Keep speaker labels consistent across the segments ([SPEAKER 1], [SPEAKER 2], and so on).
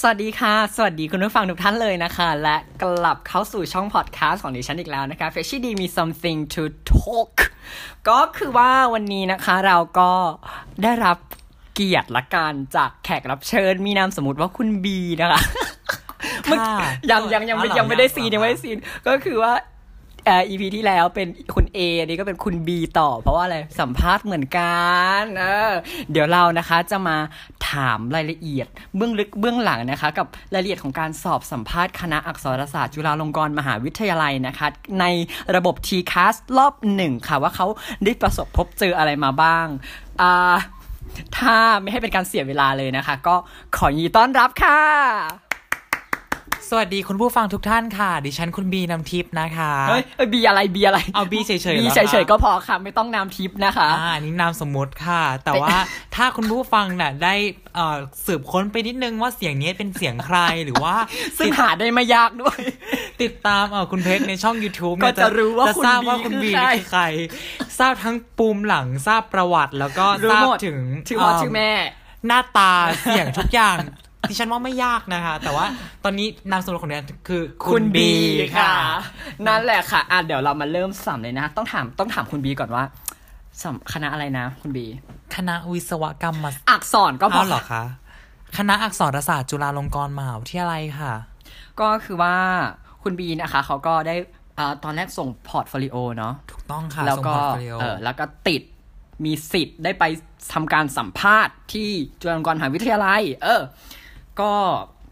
[SPEAKER 1] สวัสดีค่ะ สวัสดีคุณผู้ฟังทุกท่านเลยนะคะ และกลับเข้าสู่ช่องพอดแคสต์ของดิฉันอีกแล้วนะคะ f e s h i D มี something to talk ก็คือว่าวันนี้นะคะเราก็ได้รับเกียรติละการจากแขกรับเชิญ มีนามสมมติว่าคุณบีนะคะเมื่อกี้ยังยังยังไม่
[SPEAKER 2] อ๋อเหรอ
[SPEAKER 1] ยังไม่ได้
[SPEAKER 2] ยังเหรอ
[SPEAKER 1] ซีนยังไม่ได้ซีน ก็คือว่าเอ่อ EP ที่แล้วเป็นคุณเออันนี้ก็เป็นคุณบีต่อ เพราะว่าอะไร สัมภาษณ์เหมือนกันเออเดี๋ยวเรานะคะจะมาถามรายละเอียด เบื้องลึกเบื้องหลังนะคะ กับรายละเอียดของการสอบสัมภาษณ์คณะอักษรศาสตร์จุฬาลงกรณ์มหาวิทยาลัยนะคะ ในระบบ t c a s สรอบหนึ่งค่ะ ว่าเขาได้ประสบพบเจออะไรมาบ้างอ่าถ้าไม่ให้เป็นการเสียเวลาเลยนะคะ ก็ขอยินดีต้อนรับค่ะ
[SPEAKER 2] สวัสดีคุณผู้ฟังทุกท่านค่ะ ดิฉันคุณบีนำทิพย์นะคะ
[SPEAKER 1] เฮ้ยเอ้ยบีอะไรบีอะไร
[SPEAKER 2] เอา B เฉยๆเหรอ
[SPEAKER 1] บี
[SPEAKER 2] คะ
[SPEAKER 1] เฉยๆก็พอค่ะ ไม่ต้องนามทิปนะคะ
[SPEAKER 2] อ่าอันนี่นามสมมติค่ะ แต่ว่า ถ้าคุณผู้ฟังน่ะได้เอ่อสืบค้นไปนิดนึงว่าเสียงนี้เป็นเสียงใครหรือว่า
[SPEAKER 1] ซึ่งหาได้ไม่ยากด้วย
[SPEAKER 2] ติดตามเอ่อคุณเพชรในช่อง YouTube เนี่ย
[SPEAKER 1] ก็จะรู้ว่า
[SPEAKER 2] จะทราบว่า
[SPEAKER 1] คุ
[SPEAKER 2] คุณณ
[SPEAKER 1] บี
[SPEAKER 2] บี
[SPEAKER 1] คือใคร
[SPEAKER 2] คือใคร ทราบทั้งปูมหลังทราบประวัติ แล้วก็ทราบถึง
[SPEAKER 1] ชื่อพ่อ
[SPEAKER 2] เ
[SPEAKER 1] ชื่อแม่
[SPEAKER 2] หน้าตาเสียงทุกอย่าง ดิฉันว่าไม่ยากนะคะ แต่ว่าตอนนี้นามสมมติของดิฉันคือ
[SPEAKER 1] คุณบีค่ะ นั่นแหละค่ะ อ่ะ เดี๋ยวเรามาเริ่มสัมเลยนะ ต้องถามต้องถามคุณบีก่อนว่าสัมคณะอะไรนะ คุณบี
[SPEAKER 2] คณะวิศวกรรมศาสตร์
[SPEAKER 1] อักษรก็พอ
[SPEAKER 2] อ้าวเหรอคะ คณะอักษรศาสตร์จุฬาลงกรณ์มหาวิทยาลัยค่ะ
[SPEAKER 1] ก็คือว่าคุณบีนะคะ เขาก็ได้อ่าตอนแรกส่งพอร์ตโฟลิโอเนาะ
[SPEAKER 2] ถูกต้องค่ะ
[SPEAKER 1] แล้ว
[SPEAKER 2] ส่ง
[SPEAKER 1] ก็
[SPEAKER 2] พอร์ตโฟลิโอ
[SPEAKER 1] เออแล้วก็ติดมีสิทธิ์ได้ไปทำการสัมภาษณ์ที่จุฬาลงกรณ์มหาวิทยาลัย เออ ก็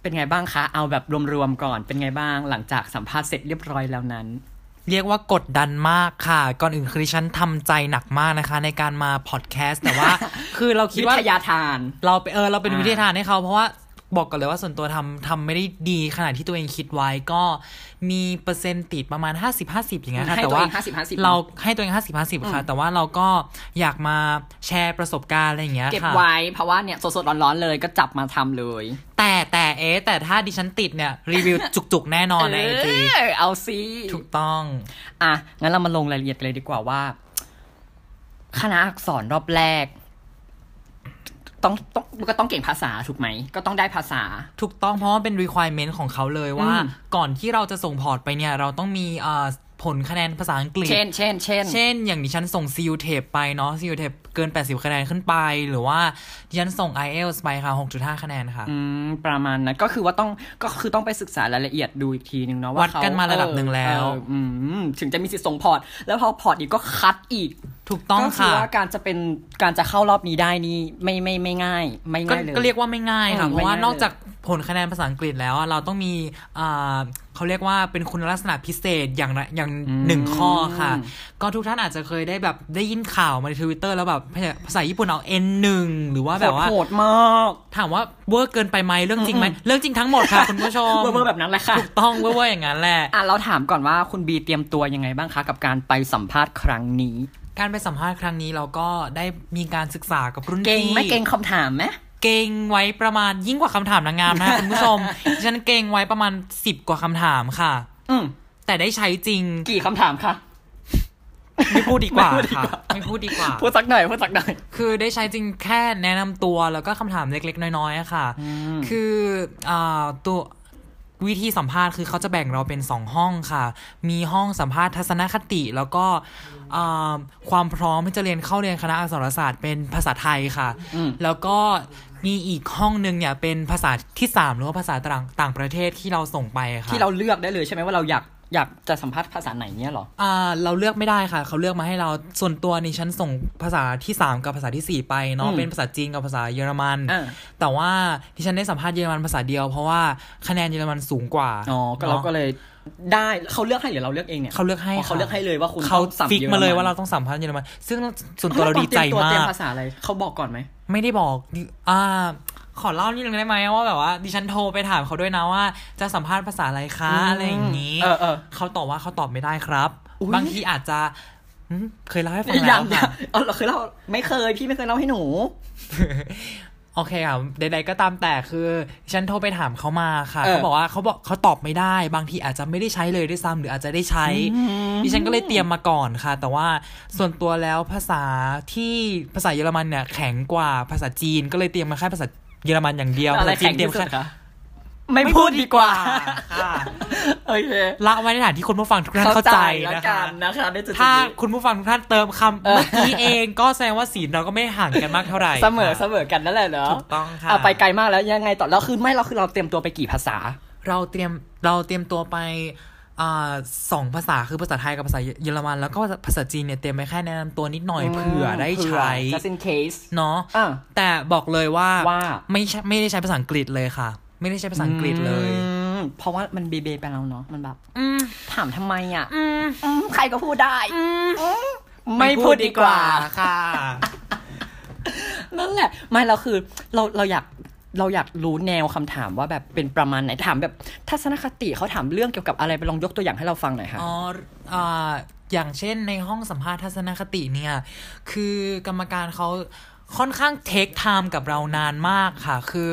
[SPEAKER 1] เป็นไงบ้างคะ เอาแบบรวมๆก่อนเป็นไงบ้างหลังจากสัมภาษณ์เสร็จเรียบร้อยแล้วนั้น
[SPEAKER 2] เรียกว่ากดดันมากค่ะ ก่อนอื่นคือดิฉันทำใจหนักมากนะคะ ในการมาพอดแคสต์แต่ ว่า คือเราคิด
[SPEAKER 1] วิ
[SPEAKER 2] ว่า
[SPEAKER 1] ทยาทาน
[SPEAKER 2] เราไปเออเราเป็น
[SPEAKER 1] อ่า
[SPEAKER 2] วิทยาทานให้เขาเพราะว่าบอกก่อนเลยว่าส่วนตัวทำทำไม่ได้ดีขนาดที่ตัวเองคิดไว้ก็มีเปอร์เซ็นต์ติดประมาณ 50 50 อย่างเงี้ยค่ะ
[SPEAKER 1] ให้
[SPEAKER 2] แต่
[SPEAKER 1] ตัว
[SPEAKER 2] ว่า
[SPEAKER 1] เอง50-50
[SPEAKER 2] เราให้ตัวเอง50 50ค่ะแต่ว่าเราก็อยากมาแชร์ประสบการณ์อะไรอย่างเงี้ย
[SPEAKER 1] เก็บ
[SPEAKER 2] ค่ะ
[SPEAKER 1] ไว้เพราะว่าเนี่ยสดๆร้อนๆเลยก็จับมาทำเลย
[SPEAKER 2] แต่แต่เอ๊ะแต่ถ้าดิฉันติดเนี่ย รีวิว จุกๆ แน่นอนในไอ
[SPEAKER 1] เอ
[SPEAKER 2] จี
[SPEAKER 1] อเอาซิ
[SPEAKER 2] ถูกต้อง
[SPEAKER 1] อ่ะงั้นเรามาลงรายละเอียดกันเลยดีกว่าว่า คณะอักษรรอบแรก ต้องต้องก็ต้องเก่งภาษาถูกไหม ก็ต้องได้ภาษา
[SPEAKER 2] ถูกต้องเพราะว่าเป็น requirement ของเขาเลยว่า
[SPEAKER 1] อืม
[SPEAKER 2] ก่อนที่เราจะส่งพอร์ตไปเนี่ย เราต้องมีเอ่อผลคะแนนภาษาอังกฤษ
[SPEAKER 1] เช่น เช่น เช่น
[SPEAKER 2] เช่น อย่างดิฉันส่ง c u t a p e ไปเนาะ c u t a p e เกิน 80 คะแนนขึ้นไป หรือว่าดิฉันส่ง IELTS ไปค่ะ 6.5 คะแนนค่ะ
[SPEAKER 1] อืมประมาณนั้นก็คือว่าต้องก็คือต้องไปศึกษารายละเอียดดูอีกทีนึงเนาะ
[SPEAKER 2] วั
[SPEAKER 1] ว่า
[SPEAKER 2] ด
[SPEAKER 1] เขา
[SPEAKER 2] กันมาระดับหนึ่งแล้ว
[SPEAKER 1] เอออืมถึงจะมีสิทธิ์ส่งพอร์ต แล้วพอพอร์ตนี้ก็คัดอีก
[SPEAKER 2] ถูกต้อง
[SPEAKER 1] ก็คื
[SPEAKER 2] ค่ะ
[SPEAKER 1] ว่าการจะเป็นการจะเข้ารอบนี้ได้นี่ไม่ไม่ไม่ง่าย ไม่
[SPEAKER 2] ก็
[SPEAKER 1] ง่ายเลย
[SPEAKER 2] ก็เรียกว่าไม่ง่ายค่ะ
[SPEAKER 1] เออ
[SPEAKER 2] เพราะว่า
[SPEAKER 1] ไม่ง่าย
[SPEAKER 2] นอกจากผลคะแนนภาษาอังกฤษแล้วอะเราต้องมีอ่าเขาเรียกว่าเป็นคุณลักษณะพิเศษอย่างละอย่างหนึ่งข้อค่ะ
[SPEAKER 1] อืม
[SPEAKER 2] ก็ทุกท่านอาจจะเคยได้แบบได้ยินข่าวมาในทวิตเตอร์แล้วแบบภาษาภาษาญี่ปุ่นเอา N1 หรือว่าแบบว่า
[SPEAKER 1] โหดมาก
[SPEAKER 2] ถามว่าเวอร์เกินไปไหมเรื่องจริงไหมเรื่องจริงทั้งหมดค่ะ คุณผู้ชม
[SPEAKER 1] เบอร์แบบนั้นแหละค่ะ
[SPEAKER 2] ถูกต้องเวอร์ๆอย่างนั้นแหละ
[SPEAKER 1] อ่ะเราถามก่อนว่าคุณบีเตรียมตัวยังไงบ้างคะ กับการไปสัมภาษณ์ครั้งนี้
[SPEAKER 2] การไปสัมภาษณ์ครั้งนี้เราก็ได้มีการศึกษากับรุ่น
[SPEAKER 1] เก่ง
[SPEAKER 2] พี่
[SPEAKER 1] ไหม่เก่งคำถามไหม
[SPEAKER 2] เก่งไว้ประมาณยิ่งกว่าคำถามนางงามนะ คุณผู้ชม ดิฉันเก่งไว้ประมาณสิบกว่าคำถามค่ะ
[SPEAKER 1] อืม
[SPEAKER 2] แต่ได้ใช้จริง
[SPEAKER 1] กี่คำถามคะ
[SPEAKER 2] ไม่พูดดีกว่า
[SPEAKER 1] ไม่พูดดีก
[SPEAKER 2] ค่ะ
[SPEAKER 1] ว่า
[SPEAKER 2] ไม่พูดดีกว่า
[SPEAKER 1] พูดสักหน่อยพูดสักหน่อย
[SPEAKER 2] คือได้ใช้จริงแค่แนะนำตัวแล้วก็คำถามเล็ก ๆ น้อยๆอะค่ะ
[SPEAKER 1] ม
[SPEAKER 2] คืออ่าตัววิธีสัมภาษณ์คือเขาจะแบ่งเราเป็นสองห้องค่ะ มีห้องสัมภาษณ์ทัศนคติ แล้วก็อ่าความพร้อมที่จะเรียนเข้าเรียนคณะอักษรศาสตร์เป็นภาษาไทยค่ะ แล้วก็มีอีกห้องหนึงเนี่ยเป็นภาษาที่สามหรือว่าภาษาต่างต่างประเทศที่เราส่งไปค่ะ
[SPEAKER 1] ที่เราเลือกได้เลยใช่ไหมว่าเราอยากอยากจะสัมภาษณ์ภาษาไหนเนี่ยเหรอ
[SPEAKER 2] อ่าเราเลือกไม่ได้ค่ะ เขาเลือกมาให้เราส่วนตัวนี่ฉันส่งภาษาที่สามกับภาษาที่สี่ไปเนาะ
[SPEAKER 1] อืม
[SPEAKER 2] เป็นภาษาจีนกับภาษาเยอรมัน
[SPEAKER 1] อ่า
[SPEAKER 2] แต่ว่าที่ฉันได้สัมภาษณ์เยอรมันภาษาเดียวเพราะว่าคะแนนเยอรมันสูงกว่า
[SPEAKER 1] อ๋อ ก็เรา
[SPEAKER 2] นะ
[SPEAKER 1] ก็เลยได้เขาเลือกให้หรือเราเลือกเองเนี่ย
[SPEAKER 2] เขาเลือกให้
[SPEAKER 1] อ๋อเขา
[SPEAKER 2] ค่ะ
[SPEAKER 1] เลือกให้เลยว่าคุณ
[SPEAKER 2] เขา
[SPEAKER 1] ต้องสัม
[SPEAKER 2] ฟิก
[SPEAKER 1] ยอ
[SPEAKER 2] มาเลยว่าเราต้องสัมภาษณ์เยอรมัน ซึ่งส่วนตัวเราดีใจ
[SPEAKER 1] เตยตัวเตรีย
[SPEAKER 2] มาก
[SPEAKER 1] มภาษาอะไรเขาบอกก่อนไหม
[SPEAKER 2] ไม่ได้บอกอ่าขอเล่านิดนึงได้ไหมว่าแบบว่าดิฉันโทรไปถามเขาด้วยนะว่า จะสัมภาษณ์ภาษาอะไรคะ
[SPEAKER 1] อืม
[SPEAKER 2] อะไรอย่างนี้
[SPEAKER 1] เออเออ
[SPEAKER 2] เขาตอบว่าเขาตอบไม่ได้ครับ
[SPEAKER 1] อุ๊ย
[SPEAKER 2] บางทีอาจจะอืมเคยเล่าให้ฟัง
[SPEAKER 1] อ
[SPEAKER 2] แล้
[SPEAKER 1] ย่าว ง
[SPEAKER 2] ค่ะ
[SPEAKER 1] เออเราเคยเล่าไม่เคยพี่ไม่เคยเล่าให้หนู
[SPEAKER 2] โอเคค่ะใดๆก็ตามแต่คือฉันโทรไปถามเขามาค่ะ
[SPEAKER 1] เออ
[SPEAKER 2] เขาบอกว่าเขาบอกเขาตอบไม่ได้ บางทีอาจจะไม่ได้ใช้เลยด้วยซ้ำหรืออาจจะได้ใช้ดิฉันก็เลยเตรียมมาก่อนค่ะ แต่ว่าส่วนตัวแล้วภาษาที่ภาษาเยอรมันเนี่ยแข็งกว่าภาษาจีนก็เลยเตรียมมาแค่ภาษาเยอรมันอย่างเดียว
[SPEAKER 1] อะไร
[SPEAKER 2] ภาษาจีน
[SPEAKER 1] แข็งที่
[SPEAKER 2] เตรียม
[SPEAKER 1] สุด
[SPEAKER 2] แค่
[SPEAKER 1] คะ ไม่พูดดีกว่า
[SPEAKER 2] ค่ะ
[SPEAKER 1] โอเค
[SPEAKER 2] ละไว้ในฐานที่คุณผู้ฟังทุกท่านเข้าใจ
[SPEAKER 1] แล้ว
[SPEAKER 2] นะ
[SPEAKER 1] กั
[SPEAKER 2] คะ
[SPEAKER 1] นนะคะในจุดๆ
[SPEAKER 2] ถ้า
[SPEAKER 1] นี้
[SPEAKER 2] คุณผู้ฟังทุกท่านเติมคำ
[SPEAKER 1] เออ
[SPEAKER 2] เมื่อกี้เองก็แสดงว่าศีลเราก็ไม่ห่างกันมากเท่าไหร่
[SPEAKER 1] เสมอเส
[SPEAKER 2] ค่ะ
[SPEAKER 1] มอกันนั่นแหละเนาะ
[SPEAKER 2] ถูกต้องค่ะ
[SPEAKER 1] อ่ะไปไกลมากแล้วยังไงต่อแล้วคือไม่เราคือเราเตรียมตัวไปกี่ภาษา
[SPEAKER 2] เราเตรียมเราเตรียมตัวไปอ่าสองภาษาคือภาษาไทยกับภาษาเยอรมัน แล้วก็ภาษาจีนเนี่ยเตรียมไปแค่แนะนำตัวนิดหน่อยเผื่อได้ใช้
[SPEAKER 1] j u s in case
[SPEAKER 2] เนาะ
[SPEAKER 1] อ่ะ
[SPEAKER 2] แต่บอกเลยว่า
[SPEAKER 1] ว่า
[SPEAKER 2] ไม่ใช่ไม่ได้ใช้ภาษาอังกฤษเลยค่ะ ไม่ได้ใช้ภาษาอังกฤษเลย
[SPEAKER 1] อืมเพราะว่ามันเบเบไปแล้วเนาะมันแบบ
[SPEAKER 2] อืม
[SPEAKER 1] ถามทำไมอ่ะ
[SPEAKER 2] อืม
[SPEAKER 1] อืมใครก็พูดได้
[SPEAKER 2] อืม
[SPEAKER 1] ไม่พูดดีกว่า
[SPEAKER 2] ค่ะ
[SPEAKER 1] นั่นแหละ ไม่เราคือเราเราอยากเราอยากรู้แนวคำถามว่าแบบเป็นประมาณไหนถามแบบทัศนคติเขาถามเรื่องเกี่ยวกับอะไรไปลองยกตัวอย่างให้เราฟังหน่อยค่ะ
[SPEAKER 2] อ๋ออ่าอย่างเช่นในห้องสัมภาษณ์ทัศนคติเนี่ย คือกรรมการเขาค่อนข้างเทคไทม์กับเรานานมากค่ะ คือ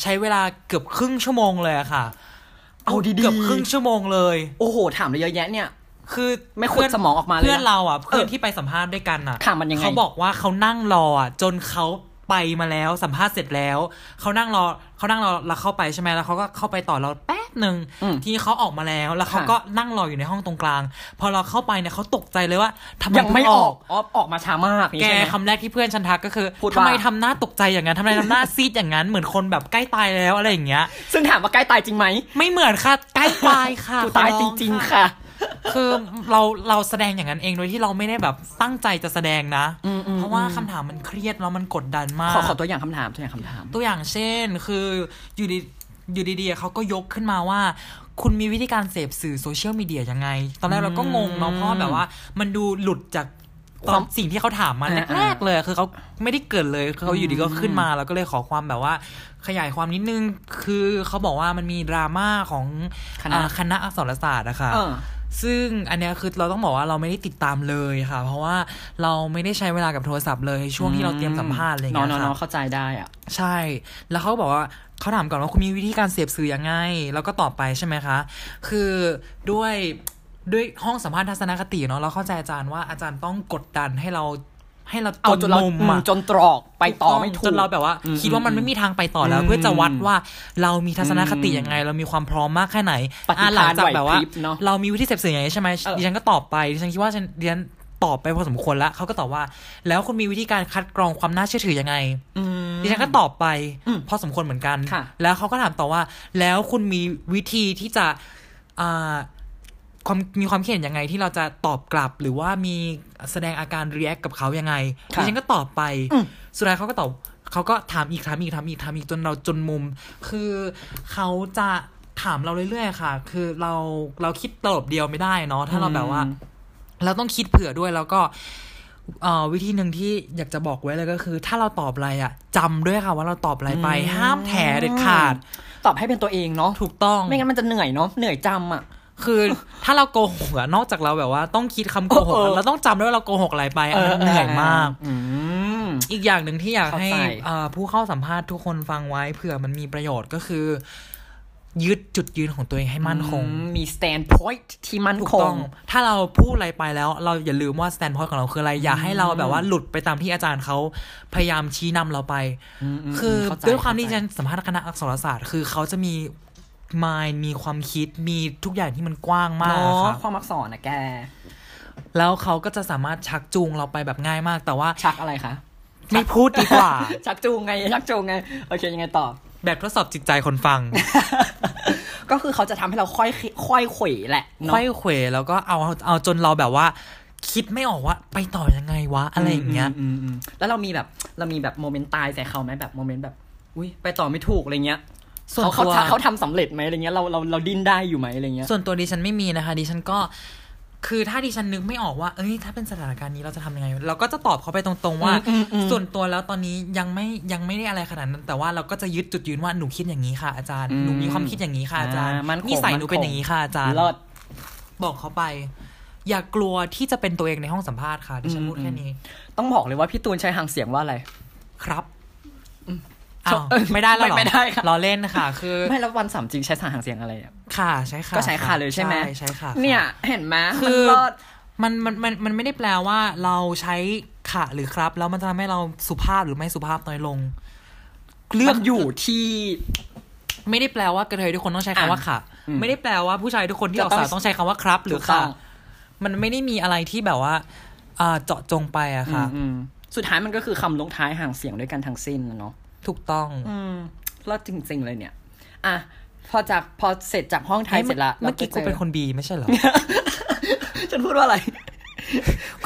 [SPEAKER 2] ใช้เวลาเกือบครึ่งชั่วโมงเลยอะค่ะ
[SPEAKER 1] เอาดีๆ
[SPEAKER 2] เกือบครึ่งชั่วโมงเลย
[SPEAKER 1] โอ้โห ถามเลยเยอะแยะเนี่ย
[SPEAKER 2] คือ
[SPEAKER 1] ไม่ขุดสมองออกมาเลยนะ
[SPEAKER 2] เพื่อนเราอ่ะ เพื่อน
[SPEAKER 1] เออ
[SPEAKER 2] ที่ไปสัมภาษณ์ด้วยกันอ่ะ
[SPEAKER 1] ถามมันยังไง
[SPEAKER 2] เขาบอกว่าเขานั่งรออ่ะจนเขาไปมาแล้วสัมภาษณ์เสร็จแล้วเขานั่งรอเขานั่งรอเราเข้าไปใช่ไหมแล้วเขาก็เข้าไปต่อเราแป๊บหนึ่งทีนี้เขาออกมาแล้วแล้วเขาก็นั่งรออยู่ในห้องตรงกลาง พอเราเข้าไปเนี่ยเขาตกใจเลยว่าทำไม
[SPEAKER 1] ยังไม่
[SPEAKER 2] เพิ่
[SPEAKER 1] ออกออออกมาช้ามากนี่
[SPEAKER 2] แก
[SPEAKER 1] ใช่ไหม
[SPEAKER 2] คำแรกที่เพื่อนฉันทักก็คือ
[SPEAKER 1] พูดว่า
[SPEAKER 2] ทำไมทำหน้าตกใจอย่างนั้นทำไมทำหน้าซีดอย่างนั้นเหมือนคนแบบใกล้ตายแล้วอะไรอย่างเงี้ย
[SPEAKER 1] ซึ่งถามว่าใกล้ตายจริงไหม
[SPEAKER 2] ไม่เหมือนค่ะใกล้ตายค่ะ
[SPEAKER 1] กูตาย
[SPEAKER 2] ขอ
[SPEAKER 1] จ
[SPEAKER 2] อง
[SPEAKER 1] ริงๆ
[SPEAKER 2] ค่ะ
[SPEAKER 1] ค่ะ
[SPEAKER 2] คือ เราเราแสดงอย่างนั้นเองโดยที่เราไม่ได้แบบตั้งใจจะแสดงนะ เพราะว่าคำถามมันเครียดแล้วมันกดดันมาก
[SPEAKER 1] ขอขอตัวอย่างคำถามตัวอย่างคำถาม
[SPEAKER 2] ตัวอย่างเช่น คืออยู่ดีอยู่ดีๆเขาก็ยกขึ้นมาว่า คุณมีวิธีการเสพสื่อโซเชียลมีเดียยังไง ตอนแรกเราก็งงเนาะเพราะแบบว่า มันดูหลุดจากต
[SPEAKER 1] ค
[SPEAKER 2] อ
[SPEAKER 1] วาน ม
[SPEAKER 2] สิ่งที่เขาถามมา
[SPEAKER 1] อ่าๆ
[SPEAKER 2] แรกๆเลยคือเขาไม่ได้เกิดเลยเขาอยู่ดีก็ขึ้นมาแล้วก็เลยขอความแบบว่า ขยายความนิดนึงคือเขาบอกว่ามันมีดราม่าของอ่าคณะอักษรศาสตร์นะคะ
[SPEAKER 1] เออ
[SPEAKER 2] ซึ่งอันเนี้ยคือเราต้องบอกว่าเราไม่ได้ติดตามเลยค่ะ เพราะว่าเราไม่ได้ใช้เวลากับโทรศัพท์เลยช่วงที่เราเตรียมสัมภาษณ์อะไรอย่างเงี้ย
[SPEAKER 1] นอนนอน
[SPEAKER 2] ค่ะ
[SPEAKER 1] เข้าใจได้อ่ะ
[SPEAKER 2] ใช่ แล้วเขาก็บอกว่าเขาถามก่อนว่าคุณมีวิธีการเสพสื่อยังไง แล้วก็ตอบไปใช่ไหมคะ คือด้วยด้วยห้องสัมภาษณ์ทัศนคติเนาะเราเข้าใจอาจารย์ว่าอาจารย์ต้องกดดันให้เราให้เรา
[SPEAKER 1] เอาจนเรา
[SPEAKER 2] มุม
[SPEAKER 1] อืม
[SPEAKER 2] อะ
[SPEAKER 1] จนตรอกไปต่อไม่ถูก
[SPEAKER 2] จนเราแบบว่า
[SPEAKER 1] อืม
[SPEAKER 2] คิดว่ามันไม่มีทางไปต่อแล้ว
[SPEAKER 1] อืม
[SPEAKER 2] เพื่อจะวัดว่าเรามีทัศนคติยังไง เรามีความพร้อมมากแค่ไหน
[SPEAKER 1] ปฏิ
[SPEAKER 2] อ่ะ
[SPEAKER 1] ภาณ
[SPEAKER 2] หลัจากแบบว่า
[SPEAKER 1] ไหวพริบเนอะ
[SPEAKER 2] เรามีวิธีเสพสื่ออย่างไรใช่ไหม
[SPEAKER 1] เออ
[SPEAKER 2] ดิฉันก็ตอบไปดิฉันคิดว่าฉันดิฉันตอบไปพอสมควรแล้วเขาก็ตอบว่า แล้วคุณมีวิธีการคัดกรองความน่าเชื่อถือยังไง
[SPEAKER 1] อืม
[SPEAKER 2] ดิฉันก็ตอบไป
[SPEAKER 1] อืม
[SPEAKER 2] พอสมควรเหมือนกัน
[SPEAKER 1] ค่ะ
[SPEAKER 2] แล้วเขาก็ถามต่อว่า แล้วคุณมีวิธีที่จะอ่าความมีความคิดเห็นยังไงที่เราจะตอบกลับ หรือว่ามีแสดงอาการรีแอคกับเขายังไงดิฉันก็ตอบไป สุดท้ายเขาก็ตอบเขาก็ถามอีกถามอีกถามอีกถามอีกจนเราจนมุม คือเขาจะถามเราเรื่อยๆค่ะ คือเราเราคิดตลบเดียวไม่ได้เนาะถ้าเราแบบว่า เราต้องคิดเผื่อด้วยแล้วก็เอ่อวิธีหนึ่งที่อยากจะบอกไว้เลยก็คือ ถ้าเราตอบอะไรอะจำด้วยค่ะว่าเราตอบอะไรไป ห้ามแถเด็ดขาด
[SPEAKER 1] ตอบให้เป็นตัวเองเนาะ
[SPEAKER 2] ถูกต้อง
[SPEAKER 1] ไม่งั้นมันจะเหนื่อยเนาะเหนื่อยจำอ่ะ
[SPEAKER 2] คือถ้าเราโกหกอะนอกจากเราแบบว่าต้องคิดคำโกหก
[SPEAKER 1] เออเอ
[SPEAKER 2] อะ
[SPEAKER 1] อ
[SPEAKER 2] เราต้องจำด้วยว่าเราโกหกอะไรไปอะมันเหนื่อยมาก
[SPEAKER 1] อืม
[SPEAKER 2] อีกอย่างหนึ่งที่อยากให้
[SPEAKER 1] เข้าใจ
[SPEAKER 2] เอ่อผู้เข้าสัมภาษณ์ทุกคนฟังไว้เผื่อมันมีประโยชน์ก็คือ ยึดจุดยืนของตัวเองให้มั่นคง
[SPEAKER 1] มี stand point ที่มั่น
[SPEAKER 2] ถูก
[SPEAKER 1] ค
[SPEAKER 2] ต้
[SPEAKER 1] ง
[SPEAKER 2] อง ถ้าเราพูดอะไรไปแล้ว เราอย่าลืมว่า stand point ของเราคืออะไร อย่าให้เราแบบว่าหลุดไปตามที่อาจารย์เขาพยายามชี้นำเราไป คือ
[SPEAKER 1] เข้าใจ
[SPEAKER 2] ด้วยความที่
[SPEAKER 1] เข้าใจ
[SPEAKER 2] ฉันสัมภาษณ์คณะอักษรศาสตร์ คือเขาจะมี mind มีความคิด มีทุกอย่างที่มันกว้างมาก
[SPEAKER 1] เนาะ
[SPEAKER 2] ค่ะ
[SPEAKER 1] ความอักษรนะแก
[SPEAKER 2] แล้วเขาก็จะสามารถชักจูงเราไปแบบง่ายมาก แต่ว่า
[SPEAKER 1] ชักอะไรคะ
[SPEAKER 2] ไม่พูดดีกว่า
[SPEAKER 1] ชักจูงไงชักจูงไง โอเคยังไงต่อ
[SPEAKER 2] แบบทดสอบจิตใจคนฟัง
[SPEAKER 1] ก็คือเขาจะทำให้เราค่อยค่อยเขวแหละ
[SPEAKER 2] ค่
[SPEAKER 1] เนาะ
[SPEAKER 2] อยเขวแล้วก็เอาเอาจนเราแบบว่า คิดไม่ออกว่าไปต่อยังไงวะอะไรอย่างเงี้ย
[SPEAKER 1] มอืมอืมแล้วเรามีแบบเรามีแบบโมเมนต์ตายใส่เขาไหมแบบโมเมนต์แบบอุ้ยไปต่อไม่ถูกอะไรเงี้ย
[SPEAKER 2] ส่วน
[SPEAKER 1] เขาเขา
[SPEAKER 2] ตัว
[SPEAKER 1] เขาทำสำเร็จไหมอะไรเงี้ยเราเราเราดิ้นได้อยู่ไหมอะไรเงี้ย
[SPEAKER 2] ส่วนตัวดิฉันไม่มีนะคะดิฉันก็ คือถ้าดิฉันนึกไม่ออกว่า เอ้ยถ้าเป็นสถานการณ์นี้เราจะทำยังไง เราก็จะตอบเขาไปตรงๆว่า
[SPEAKER 1] อืมอืมอืม
[SPEAKER 2] ส่วนตัวแล้วตอนนี้ยังไม่ยังไม่ได้อะไรขนาดนั้น แต่ว่าเราก็จะยึดจุดยืนว่าหนูคิดอย่างนี้ค่ะอาจารย์
[SPEAKER 1] อืม
[SPEAKER 2] หนูมีความคิดอย่างนี้ค่ะอาจารย์
[SPEAKER 1] อ่ามั่นคง
[SPEAKER 2] นิสัยหนูเป็น
[SPEAKER 1] มั่นคง
[SPEAKER 2] อย่างนี้ค่ะอาจารย์
[SPEAKER 1] เลิศ
[SPEAKER 2] บอกเขาไป อย่ากลัวที่จะเป็นตัวเองในห้องสัมภาษณ์ค่ะดิฉันพูด
[SPEAKER 1] อืม
[SPEAKER 2] แค่นี้
[SPEAKER 1] ต้องบอกเลยว่าพี่ตูนใช้หางเสียงว่าอะไร
[SPEAKER 2] ครับอ้าว
[SPEAKER 1] เออ
[SPEAKER 2] ไม่ได้แล้วเหรอ
[SPEAKER 1] ไม่ไม่ได้ค่ะ
[SPEAKER 2] ล้อเล่นค่ะ คือ
[SPEAKER 1] ไม่แล้ววันสามจริงใช้หางเสียงอะไรอะ
[SPEAKER 2] ค่ะใช้ค่ะ
[SPEAKER 1] ก็ใช้ค่ะเลยใช่ไหม
[SPEAKER 2] ใช้ค่ะ
[SPEAKER 1] เนี่ยเห็นไหม
[SPEAKER 2] คื
[SPEAKER 1] มัน
[SPEAKER 2] อ
[SPEAKER 1] เลิศ
[SPEAKER 2] มันมันมันมันไม่ได้แปลว่าเราใช้ขะหรือครับ แล้วมันจะทำให้เราสุภาพหรือไม่สุภาพน้อยลง
[SPEAKER 1] เลือกอยู่ที่
[SPEAKER 2] ไม่ได้แปลว่ากระเทยทุกคนต้องใช้คำว่าค่ะ
[SPEAKER 1] อืม
[SPEAKER 2] ไม่ได้แปลว่าผู้ชายทุกคนที่ออกสาว
[SPEAKER 1] จะต้อง
[SPEAKER 2] ต้องใช้คำว่าครับ หรือ
[SPEAKER 1] ถูกต้
[SPEAKER 2] ค่ะ
[SPEAKER 1] อง
[SPEAKER 2] มันไม่ได้มีอะไรที่แบบว่าอ่าเจาะจงไปอะค่ะ
[SPEAKER 1] อืมสุดท้ายมันก็คือคำลงท้ายห่างเสียงด้วยกันทั้งสิ้นนะเนาะ
[SPEAKER 2] ถูกต้อง
[SPEAKER 1] อืมแล้วจริง ๆ เลยเนี่ย อ่ะ พอจากพอเสร็จจากห้องไทยเสร็จละ
[SPEAKER 2] เมื่อกี้กูเป็นคนบีไม่ใช่เหรอ
[SPEAKER 1] ฉันพูดว่าอะไร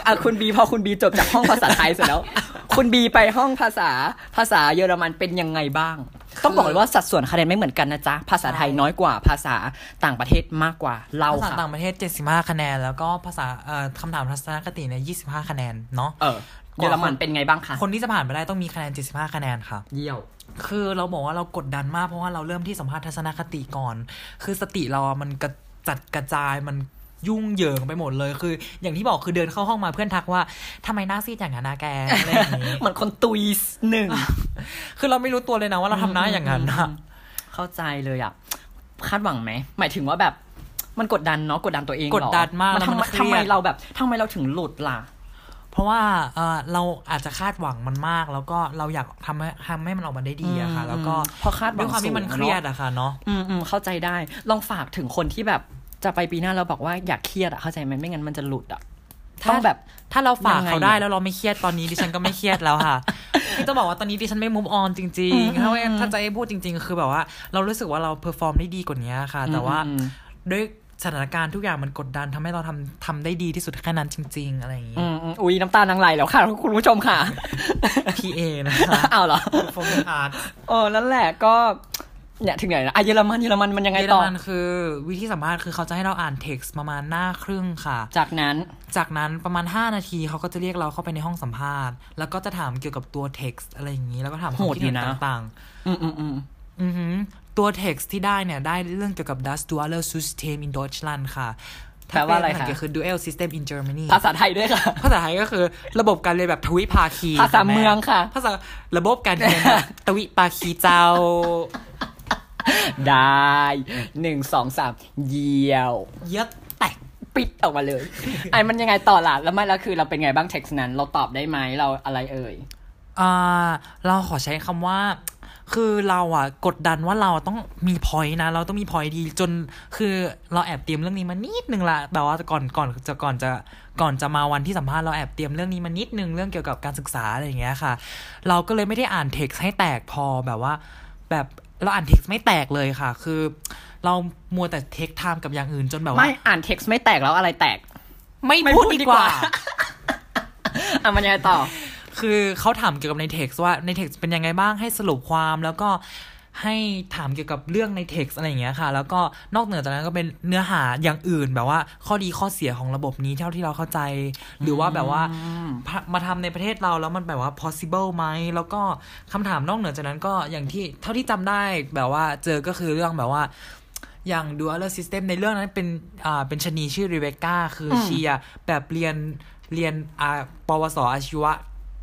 [SPEAKER 1] อ่ะคุณบีพอคุณบีจบจากห้องภาษาไทยเสร็จแล้ว คุณบีไปห้องภาษาภาษาเยอรมันเป็นยังไงบ้าง ต้องบอกเลยว่าสัดส่วนคะแนนไม่เหมือนกันนะจ๊ะ ภาษาไทย
[SPEAKER 2] ใช่
[SPEAKER 1] น้อยกว่า ภาษาต่างประเทศมากกว่าเรา
[SPEAKER 2] ภาษา
[SPEAKER 1] ค่ะ
[SPEAKER 2] ต่างประเทศ 75 คะแนน แล้วก็ภาษาเอ่อคำถามทัศนคติเนี่ย25 คะแนนเนาะ
[SPEAKER 1] เออ เยอรมันเป็นไงบ้างคะ
[SPEAKER 2] คนที่จะผ่านไปได้ต้องมีคะแนน 75 คะแนนค่ะ
[SPEAKER 1] เยี่ยว
[SPEAKER 2] คือเราบอกว่าเรากดดันมากเพราะว่าเราเริ่มที่สัมภาษณ์ทัศนคติก่อน คือสติเราอะมันกระจัดกระจายมันยุ่งเหยิงไปหมดเลย คือ อย่างที่บอกคือเดินเข้าห้องมาเพื่อนทักว่าทำไมหน้าซีดอย่างนั้นนะแกอะไรอย่างนี้
[SPEAKER 1] เหมือนคนตุยหนึ่ง
[SPEAKER 2] คือเราไม่รู้ตัวเลยนะว่าเราทำหน้าอย่างนั้นนะ
[SPEAKER 1] เข้าใจเลยอ่ะ คาดหวังไหม หมายถึงว่าแบบ มันกดดันเนาะ กดดันตัวเองเหรอก
[SPEAKER 2] ดดันมาก
[SPEAKER 1] มัน
[SPEAKER 2] แล้วมัน
[SPEAKER 1] ทำไม
[SPEAKER 2] เครี
[SPEAKER 1] ทำ
[SPEAKER 2] ยด
[SPEAKER 1] ไมเราแบบทำไมเราถึงหลุดล่ะ
[SPEAKER 2] เพราะว่าเอ่อเราอาจจะคาดหวังมันมาก แล้วก็เราอยากทำให้ทำให้มันออกมาได้ดีอะค่ะ
[SPEAKER 1] อืม
[SPEAKER 2] แล้วก็
[SPEAKER 1] เพราะคาดหวัง
[SPEAKER 2] ด้วยความที่มัน
[SPEAKER 1] สูงอะเนอะ
[SPEAKER 2] เครียดอะค่ะเนาะ
[SPEAKER 1] อืมอืมเข้าใจได้ ลองฝากถึงคนที่แบบจะไปปีหน้าเราบอกว่าอย่าเครียดอ่ะ เข้าใจไหมไม่งั้นมันจะหลุดอ่ะ
[SPEAKER 2] ถ้า
[SPEAKER 1] ต้องแบบ
[SPEAKER 2] ถ้าเราฝาก
[SPEAKER 1] ยังไง
[SPEAKER 2] เขาได้แล้วเราไม่เครียดตอนนี้ดิฉันก็ไม่เครียดแล้ว ค่ะ คือจะบอกว่าตอนนี้ดิฉันไม่ move on จริงๆถ้าว่าถ้าจะให้พูดจริง ๆ คือแบบว่า เรารู้สึกว่าเรา perform ได้ดีกว่านี้ค่ะ แต่ว่า
[SPEAKER 1] อืมอืม
[SPEAKER 2] ด้วยสถานการณ์ทุกอย่างมันกดดันทำให้เราทำทำได้ดีที่สุดแค่นั้นจริง ๆ อะไรอย่างงี้
[SPEAKER 1] อืมอืมอุ้ยน้ำตาลังไหลแล้วค่ะ คุณผู้ชมค่ะ
[SPEAKER 2] PA นะคะ
[SPEAKER 1] เอาเหรอ
[SPEAKER 2] โฟมอาร์ต
[SPEAKER 1] เออนั่นแหละก็เนี่ยถึงไหนนะอ่ะเยอรมันเยอรมันมันยังไง
[SPEAKER 2] เยอร
[SPEAKER 1] ต่อ
[SPEAKER 2] มันคือวิธีสัมภาษณ์คือเขาจะให้เราอ่าน text ประมาณหน้าครึ่งค่ะ
[SPEAKER 1] จากนั้น
[SPEAKER 2] จากนั้นประมาณ 5 นาทีเขาก็จะเรียกเราเข้าไปในห้องสัมภาษณ์ แล้วก็จะถามเกี่ยวกับตัว text อะไรอย่างนี้ แล้วก็ถามความคิด
[SPEAKER 1] โหดอ
[SPEAKER 2] เห็น
[SPEAKER 1] ยู่นะ
[SPEAKER 2] ต่างๆ
[SPEAKER 1] อืมอืมอืม
[SPEAKER 2] อือหือตัว text ที่ได้เนี่ย ได้เรื่องเกี่ยวกับ das duale System in Deutschland ค่ะ
[SPEAKER 1] แปลว่าอะไรคะ
[SPEAKER 2] ถ้เป็นภษงกฤษคือ dual system in Germany
[SPEAKER 1] ภาษาไทยด้วย ค่ะ
[SPEAKER 2] ภาษาไทยก็คือระบบการเรียนแบบทวิภาคี
[SPEAKER 1] ภาษาเมืองค่ะ
[SPEAKER 2] ภาษาระบบการเรียนแบบทวิภาคีเจ้า
[SPEAKER 1] ได้หนึ่งสองสามเยี่ยว
[SPEAKER 2] เยอะแตก
[SPEAKER 1] ปิดออกมาเลย ไอ้มันยังไงต่อล่ะ แล้วไม่แล้วคือเราเป็นไงบ้าง text นั้น เราตอบได้ไหมเราอะไรเอ่ย
[SPEAKER 2] อ่าเราขอใช้คำว่า คือเราอ่ะกดดันว่าเราต้องมีพอยนะ เราต้องมีพอยดีจนคือเราแอบเตรียมเรื่องนี้มานิดนึงละแบบว่าก่อนก่อนจะก่อนจะก่อนจะมาวันที่สัมภาษณ์เราแอบเตรียมเรื่องนี้มานิดนึงเรื่องเกี่ยวกับการศึกษาอะไรอย่างเงี้ยค่ะ เราก็เลยไม่ได้อ่านเท็กซ์ให้แตกพอแบบว่า แบบเราอ่านเท็กซ์ไม่แตกเลยค่ะ คือ เรามัวแต่เทคไทม์กับอย่างอื่นจนแบบว่า
[SPEAKER 1] ไม่อ่าน text ไม่แตกแล้วอะไรแตก ไม่พูดดีกว่า อ่ะมันยังไงต่อ
[SPEAKER 2] คือเขาถามเกี่ยวกับในเท็กซ์ว่าในเท็กซ์เป็นยังไงบ้างให้สรุปความแล้วก็ให้ถามเกี่ยวกับเรื่องในเท็กซ์อะไรอย่างเงี้ยค่ะ แล้วก็นอกเหนือจากนั้นก็เป็นเนื้อหาอย่างอื่นแบบว่า ข้อดีข้อเสียของระบบนี้เท่าที่เราเข้าใจ หรือว่าแบบว่าพะมาทำในประเทศเราแล้วมันแบบว่า possible ไหมแล้วก็คำถามนอกเหนือจากนั้นก็อย่างที่เท่าที่จำได้แบบว่าเจอก็คือเรื่องแบบว่า อย่าง dual system ในเรื่องนั้นเป็นอ่าเป็นชะนีชื่อรีเบคก้าคืออ
[SPEAKER 1] ม
[SPEAKER 2] เชียร์แบบเรียนเรียนอ่าปวสอาชีวะ